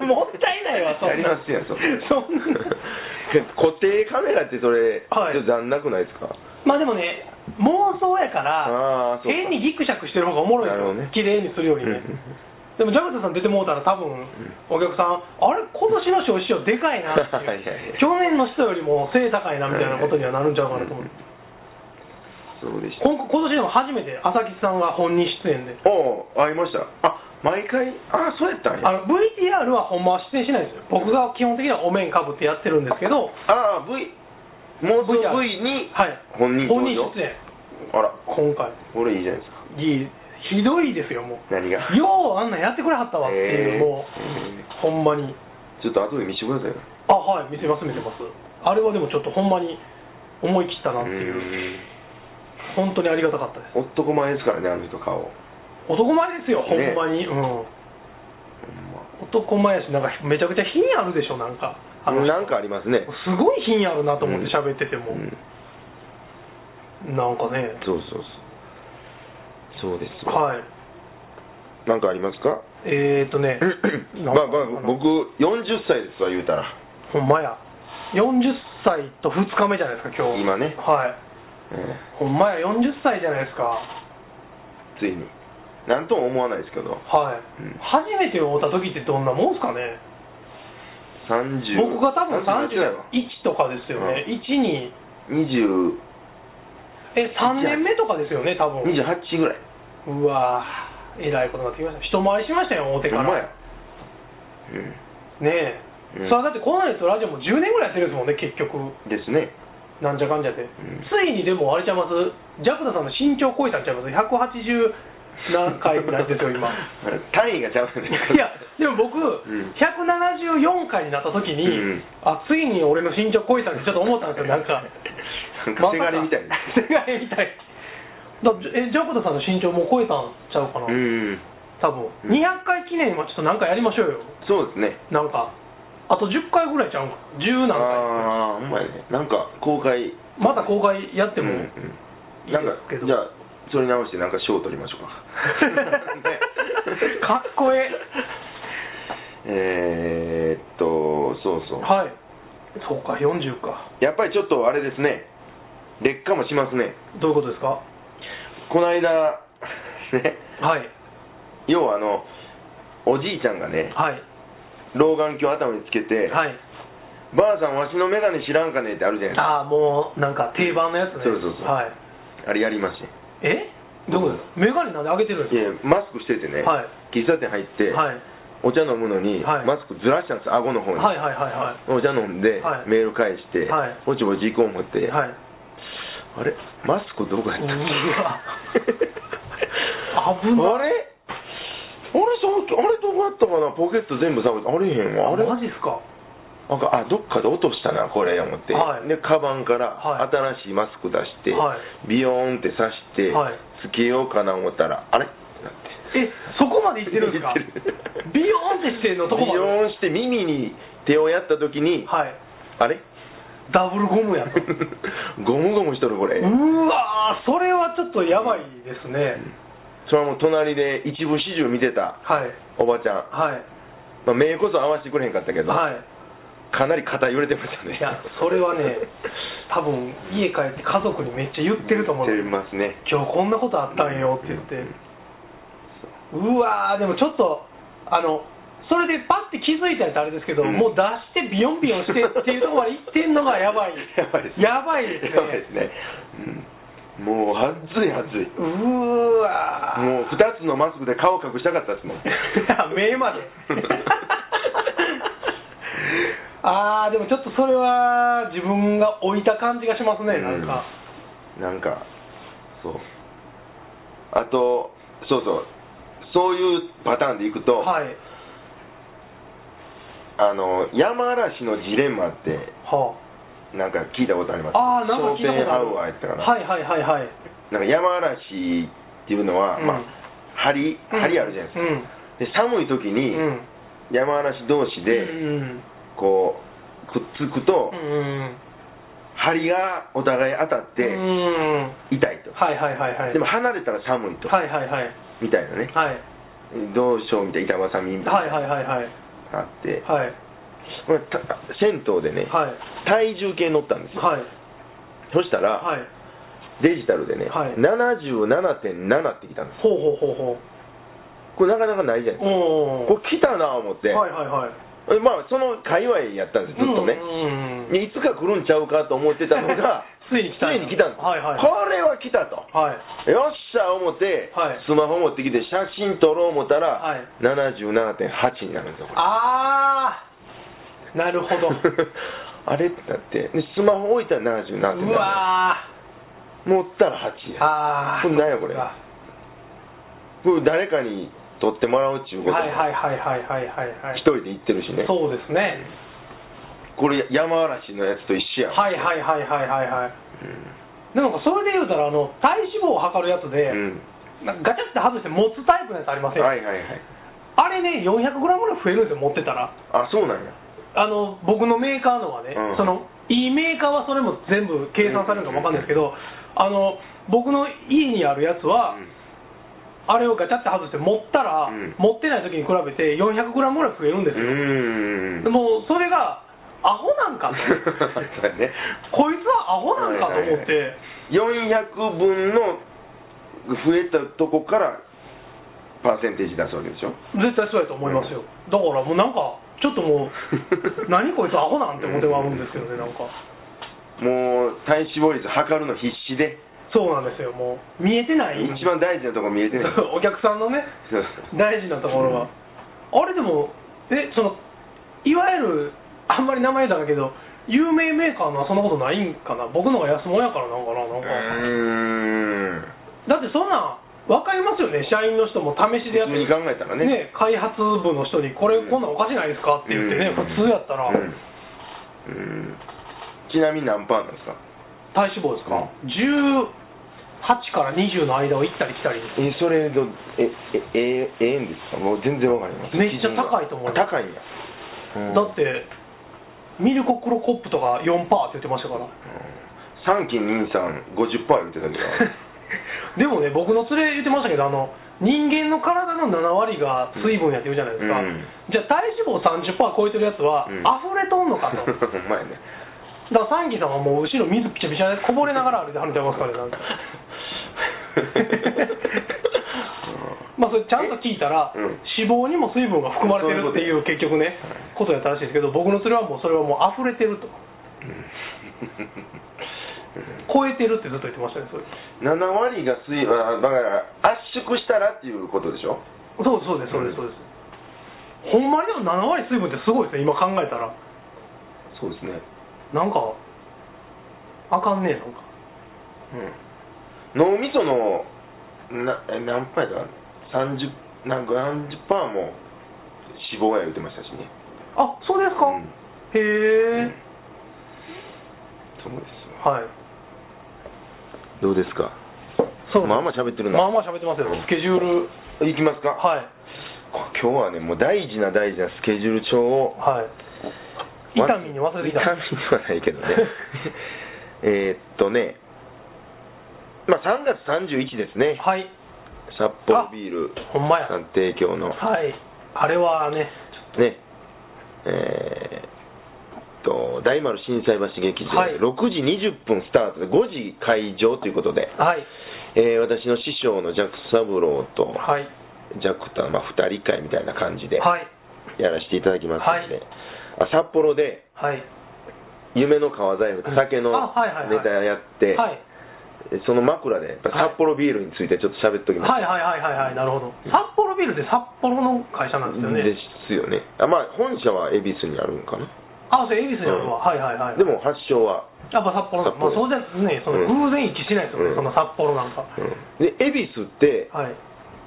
Speaker 1: う
Speaker 2: もったいないわそんな
Speaker 1: やりますやんそんな
Speaker 2: そんな
Speaker 1: 固定カメラってそれ、
Speaker 2: はい
Speaker 1: ちょっと残なくないですか
Speaker 2: まあでもね妄想やから
Speaker 1: ああそうか
Speaker 2: 変にギクシャクしてる方がおもろい
Speaker 1: なるほど
Speaker 2: よ、
Speaker 1: ね
Speaker 2: 綺麗にするよりね
Speaker 1: うん
Speaker 2: でもジャガタさん出てもうたら多分お客さんあれ今年の小市場でかいなっていう
Speaker 1: はいはいはい
Speaker 2: 去年の人よりも背高いなみたいなことにはなるんちゃうかなと思う、
Speaker 1: そうでした
Speaker 2: 今今年でも初めて朝吉さんが本人出演で
Speaker 1: おお会いましたあ毎回あそうやったんや
Speaker 2: あの VTR はほんまは出演しないんですよ僕が基本的にはお面かぶってやってるんですけど
Speaker 1: ああ V もうすぐ
Speaker 2: VR
Speaker 1: V に
Speaker 2: はい
Speaker 1: 本人
Speaker 2: 本
Speaker 1: 登
Speaker 2: 人
Speaker 1: 場
Speaker 2: 出演
Speaker 1: あら
Speaker 2: 今回
Speaker 1: これいいじゃないですか
Speaker 2: いいひどいですよもう
Speaker 1: 何が
Speaker 2: ようあんなんやってくれはったわっていう、
Speaker 1: へー
Speaker 2: もうほんまに
Speaker 1: ちょっと後で見せてくださいよ
Speaker 2: あはい見せます見せますあれはでもちょっとほんまに思い切ったなっていう本当にありがたかったです
Speaker 1: うん男前ですからねあの人顔ほん
Speaker 2: 男前ですよほん
Speaker 1: ね
Speaker 2: まに、うん
Speaker 1: ま
Speaker 2: 男前やしなんかめちゃくちゃ品あるでしょなんかあの人
Speaker 1: なんかありますね
Speaker 2: すごい品あるなと思って喋ってても、
Speaker 1: うん
Speaker 2: なんかね
Speaker 1: そうそうそうそうですわ
Speaker 2: はい
Speaker 1: なんかありますか
Speaker 2: えー、と ね
Speaker 1: ま
Speaker 2: な
Speaker 1: あ
Speaker 2: んか
Speaker 1: まあ僕40歳ですわ言うたら
Speaker 2: ほんまや40歳と2日目じゃないですか今日
Speaker 1: 今ね
Speaker 2: はい
Speaker 1: え
Speaker 2: ほんまや40歳じゃないですか
Speaker 1: えついになんとも思わないですけど
Speaker 2: はい、
Speaker 1: うん
Speaker 2: 初めて会うた時ってどんなもんすかね
Speaker 1: 30
Speaker 2: 僕が多分
Speaker 1: 30代は
Speaker 2: 31とかですよね、
Speaker 1: う
Speaker 2: 1に
Speaker 1: 20
Speaker 2: え3年目とかですよね多分
Speaker 1: 28ぐらいう
Speaker 2: わーえらいことになってきました一回りしましたよ大手か
Speaker 1: ほんまや
Speaker 2: らねえ、
Speaker 1: うん
Speaker 2: それはだってこの間とラジオも10年ぐらいやってるんですもんね結局
Speaker 1: うんですね
Speaker 2: なんじゃかんじゃで、
Speaker 1: ん
Speaker 2: ついにでもあれちゃいますジャクダさんの身長超えたんちゃいます180何回ぐらいですよ今
Speaker 1: 単位がちゃうね
Speaker 2: いやでも僕、
Speaker 1: ん
Speaker 2: 174回になった時に、
Speaker 1: うん
Speaker 2: あついに俺の身長超えたってちょっと思ったんですよなんか
Speaker 1: なんか
Speaker 2: まさ
Speaker 1: せがれみたいな
Speaker 2: せがれみたいだえジャクダさんの身長もう超えたんちゃうかな、
Speaker 1: うん
Speaker 2: 多分
Speaker 1: うん
Speaker 2: 200回記念はちょっとなんかやりましょうよ
Speaker 1: そうですね
Speaker 2: なんかあと10回ぐらいちゃうんか10何回
Speaker 1: ああほんまやねなんか公開
Speaker 2: また公開やっても、
Speaker 1: うんうんなんか
Speaker 2: いいですけど
Speaker 1: じゃあそれ直してなんか賞取りましょうか
Speaker 2: か っこえ
Speaker 1: えーっとそうそう、
Speaker 2: はいそうか40か
Speaker 1: やっぱりちょっとあれですね劣化もしますね
Speaker 2: どういうことですか
Speaker 1: この間ね
Speaker 2: はい
Speaker 1: 要はあのおじいちゃんがね
Speaker 2: はい
Speaker 1: 老眼鏡頭につけて、
Speaker 2: はい
Speaker 1: ばあさんわしの眼鏡知らんかねってあるじゃないですか
Speaker 2: ああもうなんか定番のやつね
Speaker 1: そうそうそう
Speaker 2: はい
Speaker 1: あれやりまして
Speaker 2: えどういうことですかメガネなんで上げてるん
Speaker 1: い
Speaker 2: で
Speaker 1: やマスクしててね、
Speaker 2: はい
Speaker 1: 喫茶店入って、
Speaker 2: すかはい
Speaker 1: お茶飲むのに、
Speaker 2: はい
Speaker 1: マスクずらしたんです顎の方に、
Speaker 2: はいはいはいは
Speaker 1: お茶飲んで、
Speaker 2: はい
Speaker 1: メール返して、
Speaker 2: はい
Speaker 1: ぼちぼち行こう思って、
Speaker 2: いはい
Speaker 1: あれマスクどこやったっけ
Speaker 2: う わ危
Speaker 1: あ
Speaker 2: ない
Speaker 1: れあれそのあれどこやったかなポケット全部探してあれへんわあれ
Speaker 2: マジっすか
Speaker 1: なんかあどっかで落としたなこれ思って、
Speaker 2: はい
Speaker 1: でカバンから
Speaker 2: はい
Speaker 1: 新しいマスク出して、
Speaker 2: はい
Speaker 1: ビヨーンって刺して、
Speaker 2: はい
Speaker 1: つけようかな思ったらあれってなって
Speaker 2: えそこまでいってるんで すか
Speaker 1: いってる
Speaker 2: ビヨーンってしてんのとこま
Speaker 1: ビ
Speaker 2: で
Speaker 1: ヨーンして耳に手をやった時に、
Speaker 2: はい
Speaker 1: あれ
Speaker 2: ダブルゴムや と
Speaker 1: ゴムゴムしとるこれ、
Speaker 2: うわーそれはちょっとやばいですね、
Speaker 1: それはもう隣で一部始終見てた
Speaker 2: はい
Speaker 1: おばちゃん、
Speaker 2: はい
Speaker 1: まあ、目こそ合わせてくれへんかったけど、
Speaker 2: はい
Speaker 1: かなり肩揺れてましたね
Speaker 2: いやそれ はね多分家帰って家族にめっちゃ言ってると思う
Speaker 1: 言ってますね
Speaker 2: 今日こんなことあったんよって言ってうわーでもちょっとあのそれでパッて気づいたやつあれですけど、
Speaker 1: うん
Speaker 2: もう出してビヨンビヨンして っていうところまで行ってんのが やばい
Speaker 1: やばいですね
Speaker 2: やばいですね
Speaker 1: やばいですねうんもう暑い暑いう
Speaker 2: ーわー
Speaker 1: もう2つのマスクで顔隠したかったです もん
Speaker 2: 目 まであーでもちょっとそれは自分が置いた感じがしますねなんか、
Speaker 1: なんかそうあとそうそうそういうパターンでいくと、
Speaker 2: はい
Speaker 1: あの山嵐のジレンマって
Speaker 2: は
Speaker 1: なんか聞いたことあります
Speaker 2: ああーなんか聞いたことあ
Speaker 1: ショーペンハウアーやっ
Speaker 2: る
Speaker 1: たかな、
Speaker 2: はいはいはいはい
Speaker 1: なんか山嵐っていうのは、
Speaker 2: うん
Speaker 1: まあ針針あるじゃないですか、で寒い時
Speaker 2: うん
Speaker 1: に
Speaker 2: うんうん
Speaker 1: 山嵐同士で
Speaker 2: うん
Speaker 1: こうくっつくと、
Speaker 2: うんうん
Speaker 1: 針がお互い当たって
Speaker 2: うん
Speaker 1: 痛いと、
Speaker 2: はいはいはいはい
Speaker 1: でも離れたら寒いと、
Speaker 2: はいはいはい
Speaker 1: みたいなね
Speaker 2: はい
Speaker 1: どうしようみたいな板挟みみたい
Speaker 2: はいはいはいはい
Speaker 1: なのがあって、
Speaker 2: はい
Speaker 1: これた銭湯でね、
Speaker 2: はい
Speaker 1: 体重計乗ったんですよ、
Speaker 2: はい
Speaker 1: そしたら、
Speaker 2: はい
Speaker 1: デジタルでね、
Speaker 2: はい
Speaker 1: 77.7ってきたんです
Speaker 2: ほうほうほうほう
Speaker 1: これなかなかないじゃないですか、
Speaker 2: お
Speaker 1: これ来たなぁ思って、
Speaker 2: はいはいはい
Speaker 1: えまあその界隈やったんですずっとね、
Speaker 2: うんうんうん
Speaker 1: でいつか来るんちゃうかと思ってたのが
Speaker 2: ついに来た
Speaker 1: つ
Speaker 2: んや
Speaker 1: いに来たんです、
Speaker 2: はいはい
Speaker 1: これは来たと、
Speaker 2: はい
Speaker 1: よっしゃ思って、
Speaker 2: はい
Speaker 1: スマホ持ってきて写真撮ろう思ったら、
Speaker 2: はい
Speaker 1: 77.8になるんですよこれ
Speaker 2: ああなるほ ど
Speaker 1: あれってなってでスマホ置いたら77.7
Speaker 2: うわ
Speaker 1: 持ったら8
Speaker 2: ー
Speaker 1: や
Speaker 2: あー
Speaker 1: これ何やこれ
Speaker 2: は
Speaker 1: これ誰かに撮ってもらうっちゅう
Speaker 2: い
Speaker 1: こと、
Speaker 2: はいはいはいはいはいはい
Speaker 1: 一人で行ってるしね
Speaker 2: そうですね
Speaker 1: これ山嵐のやつと一緒やん
Speaker 2: はいはいはいはいはいはい
Speaker 1: うん
Speaker 2: でもなんかそれで言うたらあの体脂肪を測るやつで、なんかガチャって外して持つタイプのやつありま
Speaker 1: う
Speaker 2: せ
Speaker 1: ん
Speaker 2: ん、
Speaker 1: はいはいはい
Speaker 2: あれね 400g ぐらい増えるんですよ持ってたら
Speaker 1: あそうなんや
Speaker 2: あの僕のメーカーのはね、
Speaker 1: うん
Speaker 2: そのいいメーカーはそれも全部計算されるのかわかんないですけど、あの僕の家にあるやつは、
Speaker 1: うん
Speaker 2: あれをガチャって外して持った
Speaker 1: う
Speaker 2: ら、
Speaker 1: ん
Speaker 2: 持ってない時に比べて 400g ぐらい増えるんですよ、
Speaker 1: うーん
Speaker 2: でもそれがアホな んか
Speaker 1: そうやね
Speaker 2: こいつはアホなんかと思って、
Speaker 1: 400分の増えたとこからパーセンテージ出すわけでしょ
Speaker 2: 絶対そうやと思いますよ、だからもうなんかちょっともう何こいつアホなんて思ってはあるんですけどねなんか
Speaker 1: もう体脂肪率測るの必死で
Speaker 2: そうなんですよもう見えてない
Speaker 1: 一番大事なとこ見えてない
Speaker 2: お客さんのね
Speaker 1: そうそう
Speaker 2: 大事なところは、あれでもえそのいわゆるあんまり名前だけど有名メーカーのはそんなことないんかな僕のが安物やからなんかななん
Speaker 1: う
Speaker 2: か、
Speaker 1: ーん
Speaker 2: だってそんなん分かりますよね社員の人も試しでやって
Speaker 1: 普通に考えたらね
Speaker 2: 開発部の人にこれこんなんおかしないですかって言ってね、
Speaker 1: うん
Speaker 2: 普通やったら、
Speaker 1: うんうんちなみに何パーなんですか
Speaker 2: 体脂肪ですか、
Speaker 1: うん
Speaker 2: 18から20の間を行ったり来たりです
Speaker 1: えそれどえええええんですかもう全然わかります
Speaker 2: めっちゃ高いと思います
Speaker 1: 高いんや、うん
Speaker 2: だってミルコクロコップとか4%って言ってました から
Speaker 1: 三期二三50%言ってたけ ど
Speaker 2: でもね僕の連れ言ってましたけどあの人間の体の7割が水分やってるじゃないですか、
Speaker 1: うん
Speaker 2: じゃあ体脂肪30%超えてるやつは、
Speaker 1: うん
Speaker 2: 溢れとんのかと
Speaker 1: ほんまやね
Speaker 2: だからサンキーさんはもう後ろ水ピチャピチャでこぼれながら歩いてはるんちゃいますからねなんかまあそれちゃんと聞いたら、
Speaker 1: うん
Speaker 2: 脂肪にも水分が含まれてるってい
Speaker 1: そう
Speaker 2: う
Speaker 1: い
Speaker 2: 結局ねことやったらしいですけど僕の連れはもうそれはもう溢れて ると超えてるってずっと言ってましたねそれ
Speaker 1: 7割が水あだから圧縮したらっていうことでしょ
Speaker 2: そうですそうですそうですそうです、ほんまにでも7割水分ってすごいですね今考えたら
Speaker 1: そうですね、
Speaker 2: なんかあかんねえなんか
Speaker 1: うん、脳みそのなえ何パーやったかな30なんか何十パーも脂肪や言ってましたしね
Speaker 2: あそうですか、
Speaker 1: うん
Speaker 2: へえ、
Speaker 1: そうですわ
Speaker 2: はい
Speaker 1: どうですか
Speaker 2: そう
Speaker 1: まあまあ喋ってるな
Speaker 2: まあまあ喋ってますよスケジュール
Speaker 1: いきますか
Speaker 2: はい
Speaker 1: 今日はねもう大事な大事なスケジュール帳を
Speaker 2: はい痛みに忘れてきた
Speaker 1: 痛みにはない けどねえーっとねまあ3月31ですね、
Speaker 2: はい
Speaker 1: 札幌ビール
Speaker 2: ほんまや
Speaker 1: さん提供の
Speaker 2: はいあれはね
Speaker 1: ねえーっと大丸心斎橋劇場、
Speaker 2: はい
Speaker 1: 6時20分スタートで5時会場ということで、
Speaker 2: はい
Speaker 1: えー私の師匠のジャック三郎と、
Speaker 2: はい
Speaker 1: ジャックとはまあ2人会みたいな感じで
Speaker 2: はい
Speaker 1: やらせていただきますので、あ札幌で
Speaker 2: はい
Speaker 1: 夢の川財布って酒の
Speaker 2: あはいはいはい
Speaker 1: ネタやって、
Speaker 2: はい
Speaker 1: その枕でやっぱ札幌ビールについてちょっと喋っときます、
Speaker 2: はいはいはいはいはいなるほど札幌ビールって札幌の会社なんです
Speaker 1: ですよ
Speaker 2: よね
Speaker 1: ねあまあ本社は恵比寿にあるんかな、
Speaker 2: あそう恵比寿にあるわはいはいはい
Speaker 1: でも発祥は、
Speaker 2: やっぱ札幌なんだまあ
Speaker 1: 札
Speaker 2: そ
Speaker 1: 幌
Speaker 2: うですねその
Speaker 1: うん
Speaker 2: 偶然一致しないですよ
Speaker 1: うん
Speaker 2: ねその札幌なんか
Speaker 1: うんで恵比寿って
Speaker 2: はい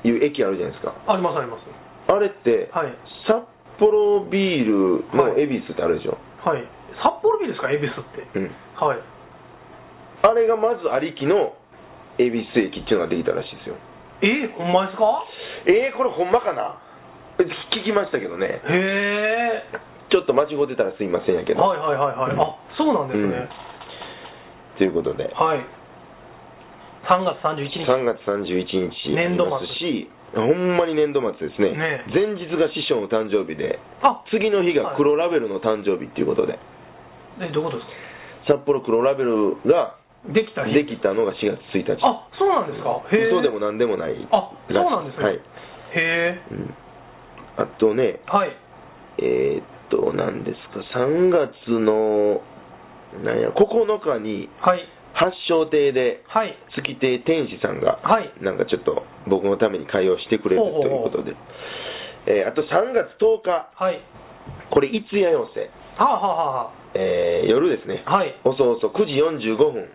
Speaker 1: いう駅あるじゃないですか
Speaker 2: ありますあります
Speaker 1: あれって、
Speaker 2: はい
Speaker 1: 札幌ビールの
Speaker 2: はい
Speaker 1: 恵比寿ってあるでしょ、
Speaker 2: はい札幌ビールですか恵比寿って
Speaker 1: うん
Speaker 2: はい
Speaker 1: あれがまずありきの恵比寿駅っていうのができたらしいですよ
Speaker 2: えほんまですか
Speaker 1: えー、これほんまかな聞きましたけどね
Speaker 2: へえ
Speaker 1: ちょっと間違ってたらすいませんやけど、
Speaker 2: はいはいはいはい、あそうなんですね、
Speaker 1: うんということで
Speaker 2: はい3月31日
Speaker 1: 3月31日
Speaker 2: 年度
Speaker 1: あ
Speaker 2: 末
Speaker 1: りますし、ほんまに年度末ですね
Speaker 2: ね
Speaker 1: 前日が師匠の誕生日で
Speaker 2: あ
Speaker 1: 次の日が黒ラベルの誕生日っていうことで、
Speaker 2: えどういうことです
Speaker 1: 札幌黒ラベルが
Speaker 2: かできた日
Speaker 1: できたのが4月1日
Speaker 2: あそうなんですかへえ
Speaker 1: 嘘でもなんでもない
Speaker 2: あそうなんですね、
Speaker 1: はい、
Speaker 2: へえ
Speaker 1: うんあとね
Speaker 2: はい
Speaker 1: えーっと何ですか3月のなんや9日に
Speaker 2: はい
Speaker 1: 発祥亭で
Speaker 2: はい
Speaker 1: 月亭天使さんが、
Speaker 2: はい
Speaker 1: なんかちょっと僕のために会話をしてくれる
Speaker 2: ほうほ
Speaker 1: と
Speaker 2: う
Speaker 1: いうこ
Speaker 2: ほう
Speaker 1: とで、えーあと3月10日
Speaker 2: はい
Speaker 1: これ一夜寄せ、
Speaker 2: はあはあは
Speaker 1: えー夜ですね
Speaker 2: あはあはい
Speaker 1: 遅々9時45分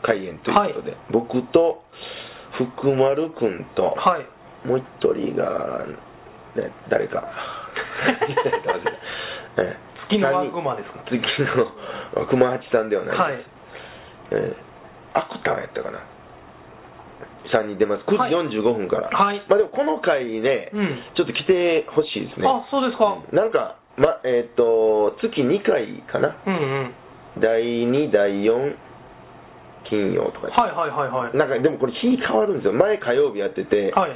Speaker 1: 開演ということで、
Speaker 2: は
Speaker 1: 僕と福丸君と、
Speaker 2: はい
Speaker 1: もう一人が、ね、誰 かえー
Speaker 2: 月の悪魔ですか
Speaker 1: 月の悪魔八さんではない、
Speaker 2: はい
Speaker 1: えー、アクターやったかな3人出ます9
Speaker 2: はい
Speaker 1: 時45分から、
Speaker 2: はい
Speaker 1: まあ、でもこの回ね、
Speaker 2: うん
Speaker 1: ちょっと来てほしいですね
Speaker 2: あそうですか
Speaker 1: うんなんか、ま、えっ、と月2回かな
Speaker 2: うんうん
Speaker 1: 第2第4金曜とか、
Speaker 2: はいはいはいはい
Speaker 1: なんかでもこれ日変わるんですよ前火曜日やってて、
Speaker 2: はい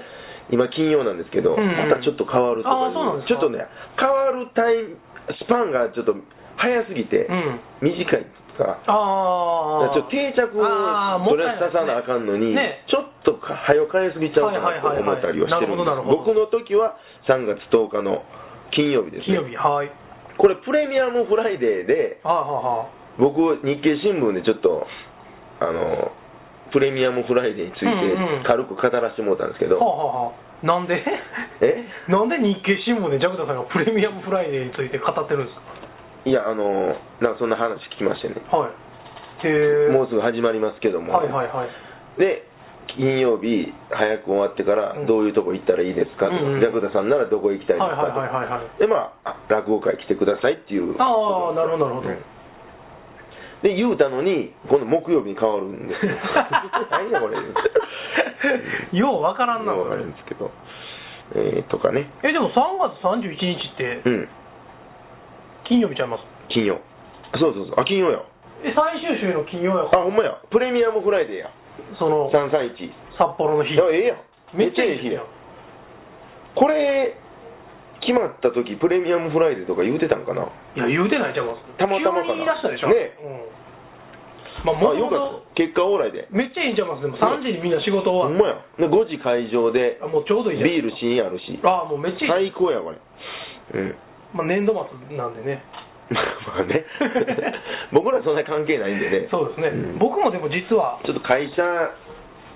Speaker 1: 今金曜なんですけど、
Speaker 2: うんうん
Speaker 1: またちょっと変わるとかい
Speaker 2: あーそうなんで
Speaker 1: ち
Speaker 2: すか
Speaker 1: ょっとね変わるタイムスパンがちょっと早すぎて、
Speaker 2: うん
Speaker 1: 短いとか
Speaker 2: ああ
Speaker 1: ちょっと定着
Speaker 2: あー
Speaker 1: をとりあえず
Speaker 2: もったい
Speaker 1: ささなあ
Speaker 2: ない
Speaker 1: かんのに、
Speaker 2: ね
Speaker 1: ちょっとか早く変えすぎちゃうかなと
Speaker 2: はい
Speaker 1: 思
Speaker 2: はいはいはい
Speaker 1: ったりはしてるんです、
Speaker 2: なるほどなるほ
Speaker 1: 僕
Speaker 2: ど
Speaker 1: の時は3月10日の金曜日です
Speaker 2: 金
Speaker 1: ね
Speaker 2: 曜日はい
Speaker 1: これプレミアムフライデーで
Speaker 2: はいはいはい
Speaker 1: 僕日経新聞でちょっとあのプレミアムフライデーについて
Speaker 2: うんうん
Speaker 1: 軽く語らせてもらったんですけど、
Speaker 2: はあはあはあなんで
Speaker 1: え
Speaker 2: なんで日経新聞でジャクダさんがプレミアムフライデーについて語ってるんです
Speaker 1: いやあのなんかそんな話聞きましてね
Speaker 2: かはいへえ
Speaker 1: もうすぐ始まりますけども、
Speaker 2: はいはいはい
Speaker 1: で金曜日早く終わってから
Speaker 2: うん
Speaker 1: どういうとこ行ったらいいですかとか、
Speaker 2: うんうん
Speaker 1: ジャクダさんならどこ行きたいですか
Speaker 2: はい
Speaker 1: と
Speaker 2: はい
Speaker 1: か、
Speaker 2: はいはいはい
Speaker 1: でまああ落語会来てくださいっていう
Speaker 2: ああなるほどなるほど
Speaker 1: うんで言うたのに今度木曜日に変わるん ですよ何やこれ
Speaker 2: ようわからんな
Speaker 1: わかるんですけどえーとかね
Speaker 2: えでも3月31日って
Speaker 1: うん
Speaker 2: 金曜日ちゃいます
Speaker 1: 金曜あそうそうそうあ金曜や
Speaker 2: え最終週の金曜や
Speaker 1: あほんまやプレミアムフライデーや
Speaker 2: その
Speaker 1: 331あ
Speaker 2: 札幌の日
Speaker 1: ええやん
Speaker 2: めっちゃいい
Speaker 1: め
Speaker 2: 日や
Speaker 1: これ決まった時プレミアムフライデーとか言うてたんかない
Speaker 2: や言うてないちゃいます
Speaker 1: たまたまかな
Speaker 2: 急に言い出したでしょ
Speaker 1: ね
Speaker 2: うんまあも
Speaker 1: あ
Speaker 2: と
Speaker 1: よか
Speaker 2: も
Speaker 1: っ
Speaker 2: と
Speaker 1: た結果オーライで
Speaker 2: めっちゃいいんちゃいますでも3時にみんな仕事
Speaker 1: ほ
Speaker 2: 終
Speaker 1: ん
Speaker 2: わっ
Speaker 1: まやで5時会場で
Speaker 2: あもうちょうどいいじゃん
Speaker 1: ビールシーンあるし
Speaker 2: ああもうめっちゃいい、
Speaker 1: 最高やこれうん
Speaker 2: まあ、年度末なんでね
Speaker 1: まあ ね僕らそんなに関係ないんでね
Speaker 2: そうですね、
Speaker 1: ん
Speaker 2: 僕もでも実は、
Speaker 1: ちょっと会社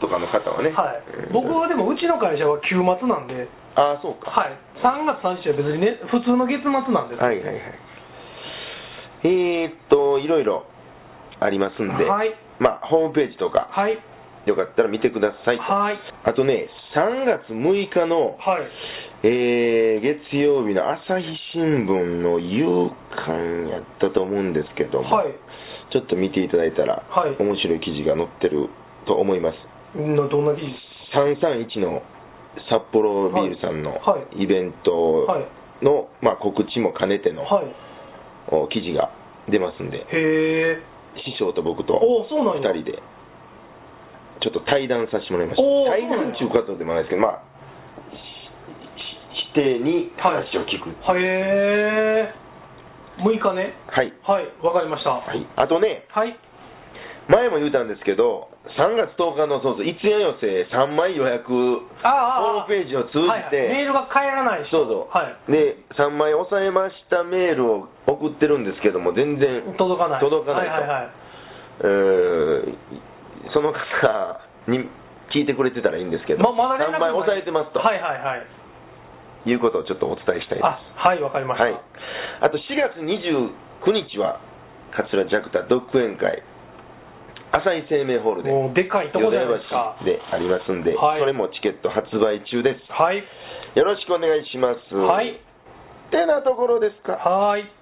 Speaker 1: とかの方はね
Speaker 2: はい
Speaker 1: うん
Speaker 2: 僕はでもうちの会社は休末なんで、
Speaker 1: ああそうか
Speaker 2: はい、3月3日は別にね普通の月末なんです、
Speaker 1: はいはいはいえー、っといろいろありますんで、
Speaker 2: はい
Speaker 1: まあホームページとか
Speaker 2: はい
Speaker 1: よかったら見てくださいと
Speaker 2: はい
Speaker 1: あとね3月6日の、
Speaker 2: はい
Speaker 1: えー月曜日の朝日新聞の夕刊やったと思うんですけども、
Speaker 2: はい
Speaker 1: ちょっと見ていただいたら、
Speaker 2: はい
Speaker 1: 面白い記事が載ってると思います
Speaker 2: などんな記事
Speaker 1: 331の札幌ビールさんの
Speaker 2: は
Speaker 1: イベント
Speaker 2: はい
Speaker 1: の、まあ、告知も兼ねての、
Speaker 2: はい
Speaker 1: お記事が出ますんで
Speaker 2: へえ
Speaker 1: 師匠と僕と
Speaker 2: おーそうなん
Speaker 1: 2
Speaker 2: や
Speaker 1: 人でちょっと対談させてもらいました
Speaker 2: おー
Speaker 1: 対談中かとでもないですけどまあしし否定に
Speaker 2: はい
Speaker 1: 話を聞く
Speaker 2: へえ6日ね
Speaker 1: はい、
Speaker 2: はいわかりましたは、
Speaker 1: はいい、あとね前も言うたんですけど3月10日のそうそう一夜寄せ3枚予約
Speaker 2: あ
Speaker 1: ホーム
Speaker 2: ーあーあー
Speaker 1: ページを通じて、
Speaker 2: はいはいメールが返らないし
Speaker 1: そうそう、
Speaker 2: はい
Speaker 1: で3枚押さえましたメールを送ってるんですけども全然
Speaker 2: 届かない
Speaker 1: 届かないと
Speaker 2: はいはいはいう
Speaker 1: ーんその方に聞いてくれてたらいいんですけど、
Speaker 2: ままだ連絡
Speaker 1: 3枚押さえてますと、、
Speaker 2: はいいはいはいう
Speaker 1: ことをちょっとお伝えしたいです
Speaker 2: あはいわかりました、
Speaker 1: はい、あと4月29日は桂ジャクタドッグ宴会浅井生命ホールで
Speaker 2: もうでかいとこじゃないですか
Speaker 1: 米橋でありますんで、
Speaker 2: はい
Speaker 1: それもチケット発売中です
Speaker 2: はい
Speaker 1: よろしくお願いします
Speaker 2: はい
Speaker 1: てなところですか
Speaker 2: はい